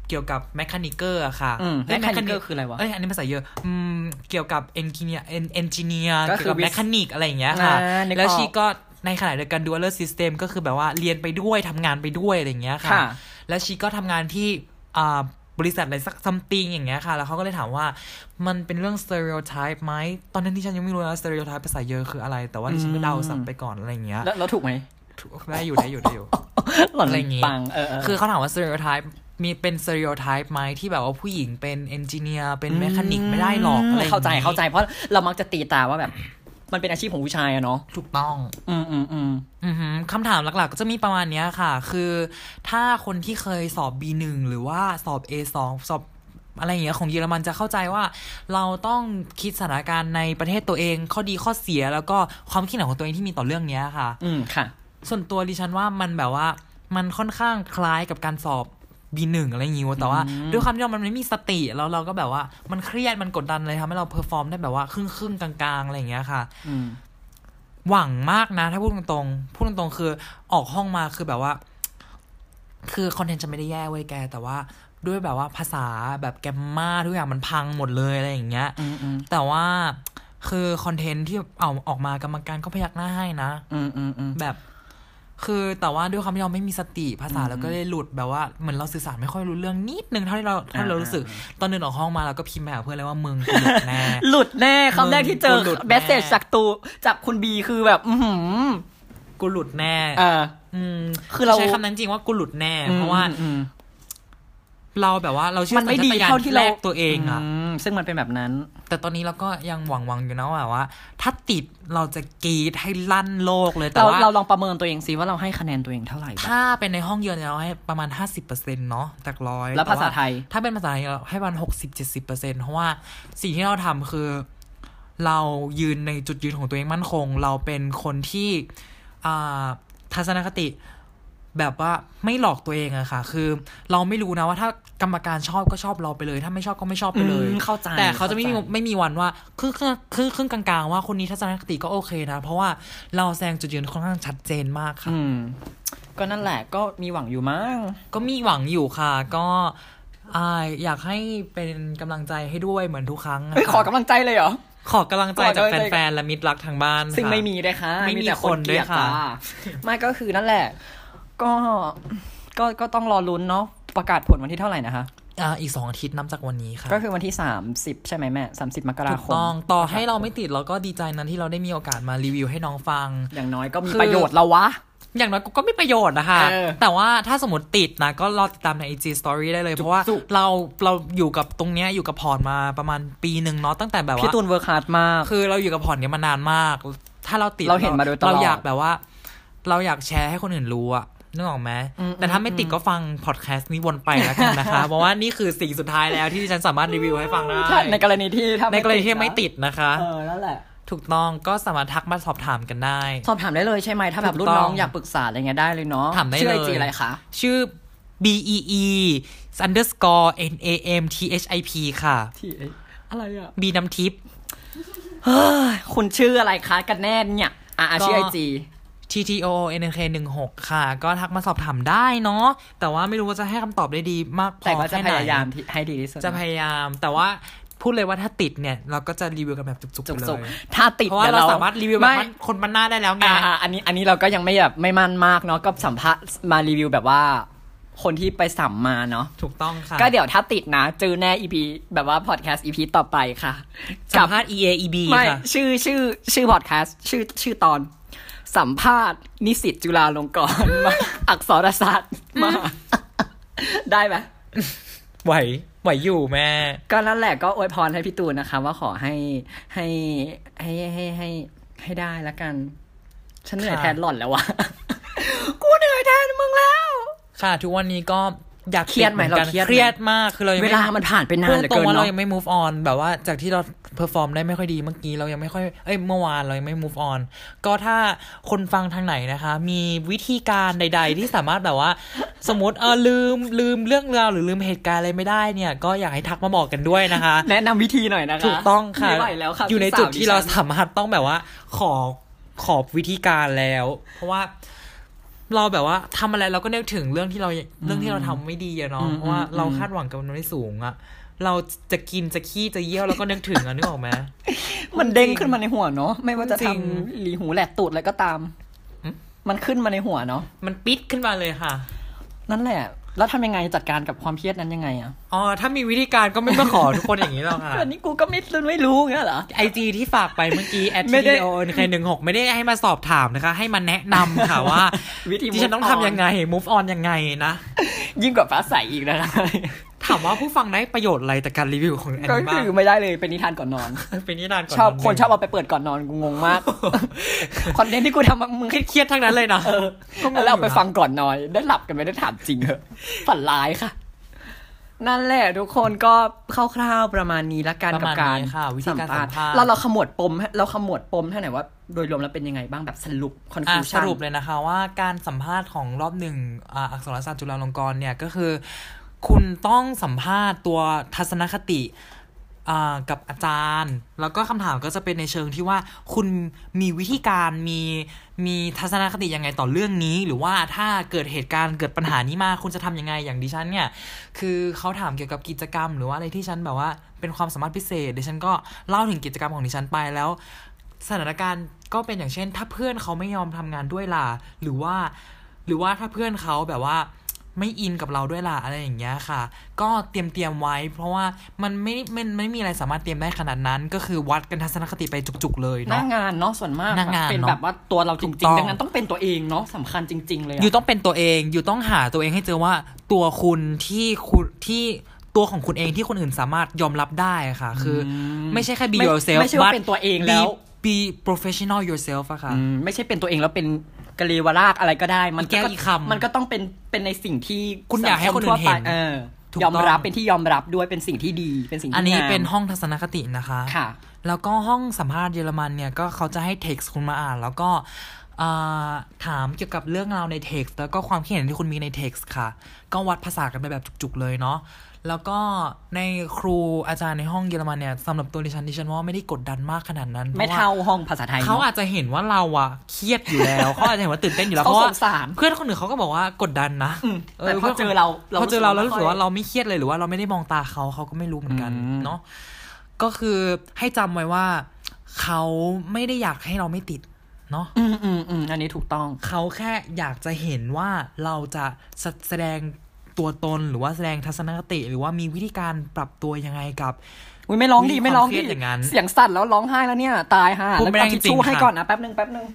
[SPEAKER 2] เกี่ยวกับแมคานิเกอร์ค่ะ
[SPEAKER 1] อืม
[SPEAKER 2] เอ้ย
[SPEAKER 1] mechanical
[SPEAKER 2] mechanic
[SPEAKER 1] คืออะไรวะ
[SPEAKER 2] เอ้ยอันนี้ภาษาเยอะอืมเกี่ยวกับเอนจิเนียร์เอนจิเนียร์
[SPEAKER 1] ก็
[SPEAKER 2] เกี่
[SPEAKER 1] คื
[SPEAKER 2] ย
[SPEAKER 1] อ
[SPEAKER 2] วกับ
[SPEAKER 1] วิศ
[SPEAKER 2] แมคานิกอะไรอย่างเงี้ยค่ะ
[SPEAKER 1] อ่านึกออก
[SPEAKER 2] แล้วชีก็ในขณะเดียวกัน dual system ก็คือแบบว่าเรียนไปด้วยทำงานไปด้วยอะไรอย่างเงี้ยค่ะ
[SPEAKER 1] ค่ะ
[SPEAKER 2] แล้วชีก็ทำงานที่อ่าบริษัทอะไรสักซัมติงอย่างเงี้ยค่ะ แล้วเขาก็เลยถามว่ามันเป็นเรื่อง stereotype ไหม ตอนนั้นที่ฉันยังไม่รู้นะ stereotype ภาษาเยอะคืออะไร แต่ว่าดิฉันก็เดาสับไปก่อนอะไรอย่างเงี้ย
[SPEAKER 1] แล้วแล้วถูกไหม
[SPEAKER 2] ได้อยู่ได้อยู่ได้อยู่
[SPEAKER 1] หล่อน
[SPEAKER 2] อะไรอย่างงี้
[SPEAKER 1] ปังเออเออ
[SPEAKER 2] คือเขาถามว่า stereotype มีเป็น stereotype ไหมที่แบบว่าผู้หญิงเป็น engineer เป็น
[SPEAKER 1] อืม
[SPEAKER 2] แมคานิกไม่ได้หรอกอะไรอย่งงี้ย
[SPEAKER 1] เข้าใจเข้าใจเพราะเรามักจะตีตาว่าแบบ มันเป็นอาชีพของผู้ชายอะเนาะ
[SPEAKER 2] ถูกต้อง
[SPEAKER 1] อืมอืมอืม
[SPEAKER 2] อือหือคำถามหลักๆ ก็จะมีประมาณเนี้ยค่ะ คือถ้าคนที่เคยสอบ B1 หรือว่าสอบ A2 สอบอะไรอย่างเงี้ยของเยอรมันจะเข้าใจว่า เราต้องคิดสถานการณ์ในประเทศตัวเอง ข้อดีข้อเสียแล้วก็ความคิดเห็นของตัวเองที่มีต่อเรื่องเนี้ยค่ะ
[SPEAKER 1] อืมค่ะ
[SPEAKER 2] ส่วนตัวดิฉันว่ามันแบบว่ามันค่อนข้างคล้ายกับการสอบ B1 อะไรอย่างงี้เว้ยแต่ว่าด้วยความที่เรามันไม่มีสติแล้วเราก็แบบว่ามันเครียดมันกดดันเลยทำให้เราเพอร์ฟอร์มได้แบบว่าครึ่งครึ่งๆกลางๆอะไรอย่างเงี้ยค่ะ
[SPEAKER 1] อืม
[SPEAKER 2] หวังมากนะ ถ้าพูดตรงๆ พูดตรงๆ คือออกห้องมาคือแบบว่า คือคอนเทนต์จะไม่ได้แย่เว้ยแก แต่ว่าด้วยแบบว่าภาษาแบบแกมมาทุกอย่างมันพังหมดเลยอะไรอย่างเงี้ย
[SPEAKER 1] อืมอืม
[SPEAKER 2] แต่ว่าคือคอนเทนต์ที่เอาออกมากรรมการก็พยักหน้าให้นะ
[SPEAKER 1] อืมอืมอืม
[SPEAKER 2] แบบ คือแต่ว่าด้วยความที่เราไม่มีสติภาษาเราก็เลยหลุดแบบว่าเหมือนเราสื่อสารไม่ค่อยรู้เรื่องนิดนึงเท่าที่เราเท่าที่เรารู้สึก ตอนเดินออกห้องมาเราก็พิมพ์ไปหาเพื่อนเลยว่ามึงกูหลุดแน่
[SPEAKER 1] หลุดแน่คำแรกที่เจอ
[SPEAKER 2] มึงกูหลุดแน่
[SPEAKER 1] เมสเซจจากตูจากคุณบีคือแบบ อือหือ
[SPEAKER 2] กูหลุดแน่
[SPEAKER 1] เออ
[SPEAKER 2] ม
[SPEAKER 1] คือเรา
[SPEAKER 2] ใช้คำนั้นจริงว่ากูหลุดแน่
[SPEAKER 1] อืม
[SPEAKER 2] เพราะว่า
[SPEAKER 1] อืม
[SPEAKER 2] เราแบบว่าเราเชื่
[SPEAKER 1] มั
[SPEAKER 2] อน สั
[SPEAKER 1] ไม่
[SPEAKER 2] ญ
[SPEAKER 1] ดี
[SPEAKER 2] ชาตญาณ
[SPEAKER 1] เท่าที่เรา
[SPEAKER 2] แรกตัวเองอะ
[SPEAKER 1] มซึ่งมันเป็นแบบนั้น
[SPEAKER 2] แต่ตอนนี้เราก็ยังหวังหวังอยู่นะว่าแบบว่า ถ้าติดเราจะกรีดให้ลั่นโลกเลยแต่
[SPEAKER 1] เรา
[SPEAKER 2] ว่า
[SPEAKER 1] เราลองประเมินตัวเองซิว่าเราให้คะแนนตัวเองเท่าไหร่บ้าง
[SPEAKER 2] ถ้าเป็นในห้องเรียนเราให้ประมาณ 50%เนาะจากร้อย
[SPEAKER 1] แล้วภาษาไทย
[SPEAKER 2] ถ้าเป็นภาษาไทยเราให้ประมาณ60-70%เพราะว่าสิ่งที่เราทำคือ เรายืนในจุดยืนของตัวเองมั่นคง เราเป็นคนที่อ่าทัศนคติแบบว่าไม่หลอกตัวเองอะค่ะ คือเราไม่รู้นะว่าถ้ากรรมการชอบก็ชอบเราไปเลย ถ้าไม่ชอบก็ไม่ชอบไปเลย
[SPEAKER 1] อืมเข้าใจ
[SPEAKER 2] แต่เขาจะไม่มี
[SPEAKER 1] เข้าใจ
[SPEAKER 2] ไม่มีวันว่าคือคือคือครึ่งกลางๆ ว่าคนนี้ทัศนคติก็โอเคนะ เพราะว่าเราแสดงจุดยืนค่อนข้างชัดเจนมากค่ะ
[SPEAKER 1] อืม ก็นั่นแหละก็มีหวังอยู่มั้ง
[SPEAKER 2] ก็มีหวังอยู่ค่ะ ก็อ่าอยากให้เป็นกำลังใจให้ด้วยเหมือนทุกครั้งะ
[SPEAKER 1] เฮ้ย
[SPEAKER 2] ค่ะ
[SPEAKER 1] ขอกำลังใจเลยเหรอ
[SPEAKER 2] ขอกำลังใจ
[SPEAKER 1] ขอ
[SPEAKER 2] จาก
[SPEAKER 1] กำลังใจ
[SPEAKER 2] แฟนๆและมิตรรักทางบ้าน
[SPEAKER 1] ซึ่ง
[SPEAKER 2] ค่ะ
[SPEAKER 1] ไม่มีเลยค่ะ
[SPEAKER 2] ไม่มี
[SPEAKER 1] แต่เกลีด
[SPEAKER 2] คนด้วยค่ะ
[SPEAKER 1] จ้าไม่ก็คือนั่นแหละ ก็ก็ก็ต้องรอลุ้นเนาะประกาศผลวันที่เท่าไหร่นะคะ
[SPEAKER 2] อ่าอีกสองอาทิตย์นับจากวันนี้ค่ะ
[SPEAKER 1] ก็คือวันที่ 30 ใช่ไหมแม่ 30 มกรา
[SPEAKER 2] ถูก
[SPEAKER 1] ค
[SPEAKER 2] ต้อง
[SPEAKER 1] ม
[SPEAKER 2] ต่อให้เราไม่ติดเราก็ดีใจนั้นที่เราได้มีโอกาสมารีวิวให้น้องฟัง
[SPEAKER 1] อย่างน้อยก็มี
[SPEAKER 2] คือ
[SPEAKER 1] ประโยชน์แล้ววะ
[SPEAKER 2] อย่างน้อยกูก็มีประโยชน์นะคะ
[SPEAKER 1] เออ
[SPEAKER 2] แต่ว่าถ้าสมมติติดนะ ก็รอติดตามใน IG Story ได้เลย เพราะว่า
[SPEAKER 1] จุก
[SPEAKER 2] เราเราอยู่กับตรงเนี้ยอยู่กับพอร์ตมาประมาณปีหนึ่งเนาะตั้งแต่แบบ
[SPEAKER 1] พี่
[SPEAKER 2] ว่า
[SPEAKER 1] ตูนเวิร์คฮาร์ดมาก
[SPEAKER 2] คือเราอยู่กับพอร์ตเนี้ยมานานมาก ถ้าเราติด
[SPEAKER 1] เราเห็นมาโดยตลอด
[SPEAKER 2] เราอยากแบบว่า เราอยากแชร์ให้คนอื่นรู้อะนึกออกไหม
[SPEAKER 1] อืม
[SPEAKER 2] แต่ถ้าไม่ติดก็ฟังพอดแคสต์นี้วนไปแล้วกันนะคะ เพราะว่านี่คือสิ่งสุดท้ายแล้วที่ดิฉันสามารถรีวิวให้ฟังได้
[SPEAKER 1] ถ้าในกรณีที่ถ้า
[SPEAKER 2] ในกรณีที่
[SPEAKER 1] นะ
[SPEAKER 2] ไม่ติดนะคะ
[SPEAKER 1] เออนั่นแหละ
[SPEAKER 2] ถูกต้องก็สามารถทักมาสอบถามกันได้
[SPEAKER 1] สอบถามได้เลยใช่ไหมถ้าแบบรุ่น
[SPEAKER 2] ถูกต้อง
[SPEAKER 1] น้องอยากปรึกษาอะไรเงี้ยได้เลยเนาะ
[SPEAKER 2] ถามได้
[SPEAKER 1] ชื่อไอ
[SPEAKER 2] เลย
[SPEAKER 1] จีอะไรคะ
[SPEAKER 2] ชื่อ B E E underscore N A M T H I P ค่ะ
[SPEAKER 1] ที่อะไรอ่ะ
[SPEAKER 2] B น้ำทิพย์
[SPEAKER 1] คุณชื่ออะไรคะกันแน่เนี่ยอ่ะอ่ะชื่อ
[SPEAKER 2] ก็
[SPEAKER 1] ไอจี
[SPEAKER 2] T T O O N N K 1 6ค่ะ ก็ทักมาสอบถามได้เนาะแต่ว่าไม่รู้ว่าจะให้คำตอบได้ดีมากพ
[SPEAKER 1] แต่
[SPEAKER 2] อ
[SPEAKER 1] ก็จะ
[SPEAKER 2] แค่
[SPEAKER 1] พ
[SPEAKER 2] ไหน
[SPEAKER 1] ยายามที่ให้ดีที่สุด
[SPEAKER 2] จะพยายาม แต่ว่าพูดเลยว่าถ้าติดเนี่ย เราก็จะรีวิวกันแบบจุกๆไปเล
[SPEAKER 1] จุก
[SPEAKER 2] ย
[SPEAKER 1] ๆถ้าติด
[SPEAKER 2] เพราะว่า
[SPEAKER 1] ดี๋ย
[SPEAKER 2] เราสามารถรีวิวแบบ
[SPEAKER 1] ไม่
[SPEAKER 2] มันคนมันหน้าได้แล้วไง
[SPEAKER 1] อ่าอ่าอันนี้อันนี้เราก็ยังไม่แบบไม่มั่นมากเนาะก็สัมภาษณ์มารีวิวแบบว่า คนที่ไปสัมมาเนาะ
[SPEAKER 2] ถูกต้องค่ะ
[SPEAKER 1] ก็เดี๋ยวถ้าติดนะเจอแน่ EP แบบว่าพอดแคสต์ EP ต่อไปค่ะ
[SPEAKER 2] สั
[SPEAKER 1] กั
[SPEAKER 2] มภาษณ์ E A E B
[SPEAKER 1] ไม่
[SPEAKER 2] ค่ะ
[SPEAKER 1] ชื่อชื่อชื่อพอดแคสต์ชื่อชื่อตอน สัมภาษณ์นิสิตจุฬาลงกรณ์ มาอักษรศาสตร์มา ได้ไหม
[SPEAKER 2] ไหวไหวอยู่แม่
[SPEAKER 1] ก็นั่นแหละก็อวยพรให้พี่ตูนนะคะ ว่าขอให้ให้ให้ให้ให้ให้ได้ละกัน ฉันเหนื่อย
[SPEAKER 2] ค่ะ
[SPEAKER 1] แทนหล่อนแล้ววะ กูเหนื่อยแทนมึงแล้ว
[SPEAKER 2] ค่ะ ทุกวันนี้ก็อยาก
[SPEAKER 1] เครียดไหม
[SPEAKER 2] ติอนกัน
[SPEAKER 1] เราเครียดไหม
[SPEAKER 2] เครียดมากคือเรายัง
[SPEAKER 1] เว
[SPEAKER 2] ไม่
[SPEAKER 1] ลามันผ่านไปนา
[SPEAKER 2] พู
[SPEAKER 1] น
[SPEAKER 2] ด
[SPEAKER 1] เหลือ
[SPEAKER 2] ตร
[SPEAKER 1] เกิ
[SPEAKER 2] ง
[SPEAKER 1] น
[SPEAKER 2] ว่าเรา
[SPEAKER 1] เนาะ
[SPEAKER 2] ยังไม่ move on แบบว่าจากที่เราเพอร์ฟอร์มได้ไม่ค่อยดีเมื่อกี้เรายังไม่ค่อยเอ้ยเมื่อวานเรายังไม่ move on ก็ถ้าคนฟังทางไหนนะคะ มีวิธีการใด ๆ ที่สามารถแบบว่า สมมติเออลืมลืมเรื่องราวหรือลืมเหตุการณ์อะไรไม่ได้เนี่ย ก็อยากให้ทักมาบอกกันด้วยนะคะ
[SPEAKER 1] แนะนำวิธีหน่อยนะคะ
[SPEAKER 2] ถูกต้องค่ะ
[SPEAKER 1] ไม่ไหวแล้วค่ะ
[SPEAKER 2] อยู่ใน
[SPEAKER 1] พี่สว
[SPEAKER 2] จุดที่เรา
[SPEAKER 1] ฉัน
[SPEAKER 2] สามารถต้องแบบว่า ขอขอบวิธีการแล้ว เพราะว่าเราแบบว่าทำอะไรเราก็นึกถึงเรื่องที่เราเรื่องที่เราทำไม่ดีอะเนาะเพราะว่าเราคาดหวังกับมันไม่สูงอะเราจะกินจะขี้จะเยี่ยวเราก็นึกถึงอะนึกออกไหม
[SPEAKER 1] มันเด้งขึ้นมาในหัวเนาะไม่ว่าจะ
[SPEAKER 2] จริ
[SPEAKER 1] ทำ
[SPEAKER 2] ง
[SPEAKER 1] หลีหูแหลกตูดอะไรก็ตาม
[SPEAKER 2] หึ
[SPEAKER 1] มันขึ้นมาในหัวเนาะ
[SPEAKER 2] มันปิดขึ้นมาเลยค่ะ
[SPEAKER 1] นั่นแหละ แล้วทำยังไงจัดการกับความเครียดนั้นยังไงอะ
[SPEAKER 2] อ๋อถ้ามีวิธีการก็ไม่มาขอทุกคนอย่างนี้หรอกค่ะ
[SPEAKER 1] อันนี้กูก็ไม่รู้ไม่รู้เงี้ยเหรอ
[SPEAKER 2] ไอจีที่ฝากไปเมื่อกี้แอด
[SPEAKER 1] ไม่
[SPEAKER 2] ที
[SPEAKER 1] ได้
[SPEAKER 2] โอนใครหนึ่งหกไม่ได้ให้มาสอบถามนะคะ ให้มาแนะนำค่ะว่า
[SPEAKER 1] วิธี
[SPEAKER 2] ที่ฉันต้อง
[SPEAKER 1] move
[SPEAKER 2] ทำ
[SPEAKER 1] on
[SPEAKER 2] ยังไง move on ยังไงนะ
[SPEAKER 1] ยิ่งกว่าฟ้าใสอีกนะคะ
[SPEAKER 2] ถามว่าผู้ฟังได้ประโยชน์อะไรจากการรีวิวของอัน
[SPEAKER 1] ก็
[SPEAKER 2] นี้บ้า
[SPEAKER 1] คื
[SPEAKER 2] ง
[SPEAKER 1] อไม่ได้เลยเป็นนิทานก่อนนอน
[SPEAKER 2] เป็นนิทานก่อน
[SPEAKER 1] ชอบคน
[SPEAKER 2] หง
[SPEAKER 1] ชอบเอาไปเปิดก่อนนอนกูงงมาก คอนเทนต์ที่กูทำมึงให้
[SPEAKER 2] เครียดๆทั้งนั้นเลยนะก็งง
[SPEAKER 1] แล้วเอาไป
[SPEAKER 2] ยู่นะ
[SPEAKER 1] ฟังก่อนนอน ได้หลับกันไหมได้ถามจ ริงเหอะฝันร้ายค่ะ นั่นแหละทุกคนก็คร่าวๆประมาณนี้ละกัน
[SPEAKER 2] ประ
[SPEAKER 1] กับ
[SPEAKER 2] มาณ
[SPEAKER 1] การ
[SPEAKER 2] นี้ค่ะ วิธี
[SPEAKER 1] สัม
[SPEAKER 2] การ
[SPEAKER 1] ภา
[SPEAKER 2] สั
[SPEAKER 1] ษ
[SPEAKER 2] ม
[SPEAKER 1] ณ์
[SPEAKER 2] ภาษณ์
[SPEAKER 1] เราเราขมวดปมให้เราขมวดปมให้หน่อยว่า โดยรวมแล้วเป็นยังไงบ้างแบบสรุปคอน
[SPEAKER 2] อ่ะ
[SPEAKER 1] ฟิว
[SPEAKER 2] ส
[SPEAKER 1] ชั่น
[SPEAKER 2] รุปเลยนะคะว่าการสัมภาษณ์ของรอบหนึ่งอ่ะอักษรศาสตร์จุฬาลงกรณ์เนี่ยก็คือ คุณต้องสัมภาษณ์ตัวทัศนคติอ่ากับอาจารย์ แล้วก็คำถามก็จะเป็นในเชิงที่ว่าคุณมีวิธีการมีมีทัศนคติยังไงต่อเรื่องนี้ หรือว่าถ้าเกิดเหตุการณ์เกิดปัญหานี้มาคุณจะทำยังไงอย่างดิฉันเนี่ย คือเขาถามเกี่ยวกับกิจกรรม หรือว่าอะไรที่ฉันแบบว่าเป็นความสามารถพิเศษดิฉันก็เล่าถึงกิจกรรมของดิฉันไปแล้ว สถานการณ์ก็เป็นอย่างเช่น ถ้าเพื่อนเขาไม่ยอมทำงานด้วยล่ะหรือว่า หรือว่าถ้าเพื่อนเขาแบบว่าไม่อินกับเราด้วยล่ะอะไรอย่างเงี้ยค่ะ ก็เตรียมเตรียมไว้ เพราะว่ามันไม่มันมันไม่มีอะไรสามารถเตรียมได้ขนาดนั้น ก็คือวัดกันทัศนคติไปจุกๆเลย
[SPEAKER 1] หน้า
[SPEAKER 2] เนาะ
[SPEAKER 1] งานเนาะส่วนมาก
[SPEAKER 2] หน้างาน
[SPEAKER 1] เป็น
[SPEAKER 2] เนอะ
[SPEAKER 1] แบบว่าตัวเราจ
[SPEAKER 2] ถูก
[SPEAKER 1] ริ
[SPEAKER 2] ต้
[SPEAKER 1] ง
[SPEAKER 2] อง
[SPEAKER 1] ๆดังนั้นต้องเป็นตัวเองเนาะสำคัญจริง ๆ เลยอะ
[SPEAKER 2] อยู่ต้องเป็นตัวเอง อยู่ต้องหาตัวเองให้เจอว่าตัวคุณที่คุณที่ตัวของคุณเองที่คนอื่นสามารถยอมรับได้อะค่ะ คืออ
[SPEAKER 1] ม
[SPEAKER 2] ไม่ใช่แค่ be
[SPEAKER 1] ไม่
[SPEAKER 2] yourself
[SPEAKER 1] ไม่ใช่ว่า
[SPEAKER 2] but
[SPEAKER 1] เป็นตัวเองแล้ว
[SPEAKER 2] be, be professional yourself อะค่ะ
[SPEAKER 1] อืมไม่ใช่เป็นตัวเองแล้วเป็นกะเลวราชอะไรก็ได้ มัน
[SPEAKER 2] อีแก้วอีกคำ
[SPEAKER 1] มันก็ต้องเป็นเป็นในสิ่งที่
[SPEAKER 2] คุณอยากให้คนอื่นเห็น
[SPEAKER 1] สังมทั่วไปเออ
[SPEAKER 2] ถูก
[SPEAKER 1] ยอม
[SPEAKER 2] ต้อง
[SPEAKER 1] รับเป็นที่ยอมรับด้วยเป็นสิ่งที่ดีเป็นสิ่งที่
[SPEAKER 2] อันนี้
[SPEAKER 1] งาม
[SPEAKER 2] เป็นห้องทัศนคตินะคะ
[SPEAKER 1] ค่ะ
[SPEAKER 2] แล้วก็ห้องสัมภาษณ์เยอรมันเนี่ยก็เขาจะให้เท็กซ์คุณมาอ่าน แล้วก็อ่าถามเกี่ยวกับเรื่องราวในเท็กซ์แล้วก็ความคิดเห็นที่คุณมีในเท็กซ์ค่ะ ก็วัดภาษากันไปแบบจุกๆเลยเนาะแล้วก็ในครูอาจารย์ในห้องเยอรมันเนี่ยสำหรับตัวดิฉันดิฉันว่าไม่ได้กดดันมากขนาดนั้น
[SPEAKER 1] ไม่
[SPEAKER 2] พระว่
[SPEAKER 1] เท่าห้องภาษาไทย
[SPEAKER 2] เขา
[SPEAKER 1] นะ
[SPEAKER 2] อาจจะเห็นว่าเราอะเครียดอยู่แล้ว เขาอาจจะเห็นว่าตื่นเต้นอยู่แล้ว
[SPEAKER 1] เขา
[SPEAKER 2] เพราะว่า
[SPEAKER 1] สงสาร
[SPEAKER 2] เพื่อนคนอื่นเขาก็บอกว่ากดดันนะ
[SPEAKER 1] แต่พอเจอเรา
[SPEAKER 2] พอเจอเราแล้วรู้สึกว่า
[SPEAKER 1] ค่ย
[SPEAKER 2] เราไม่เครียดเลยหรือว่าเราไม่ได้มองตาเขาเขาก็ไม่รู้เหมือนกัน
[SPEAKER 1] อืม
[SPEAKER 2] เนาะ ก็คือให้จำไว้ว่าเขาไม่ได้อยากให้เราไม่ติดเนาะ
[SPEAKER 1] อืมอืมอืมอันนี้ถูกต้อง
[SPEAKER 2] เขาแค่อยากจะเห็นว่าเราจะแสแสดงตัวตนหรือว่าแสดงทัศนคติ หรือว่ามีวิธีการปรับตัวยังไงกับ
[SPEAKER 1] อุ้ยไม่ร้อง
[SPEAKER 2] มี
[SPEAKER 1] ดี
[SPEAKER 2] ความ
[SPEAKER 1] ไม่ร้อง
[SPEAKER 2] เครี
[SPEAKER 1] ดี
[SPEAKER 2] ยดอย่างนั้น
[SPEAKER 1] เสียงสั่นแล้วร้องไห้แล้วเนี่ย ตายห่า
[SPEAKER 2] พูด
[SPEAKER 1] แล้ว
[SPEAKER 2] ไม่
[SPEAKER 1] ก็
[SPEAKER 2] ได้
[SPEAKER 1] ทิช
[SPEAKER 2] จริง
[SPEAKER 1] ชู่
[SPEAKER 2] ๆ
[SPEAKER 1] ให้
[SPEAKER 2] ค่ะ
[SPEAKER 1] ก่อนนะแป๊บนึงแป๊บ นึง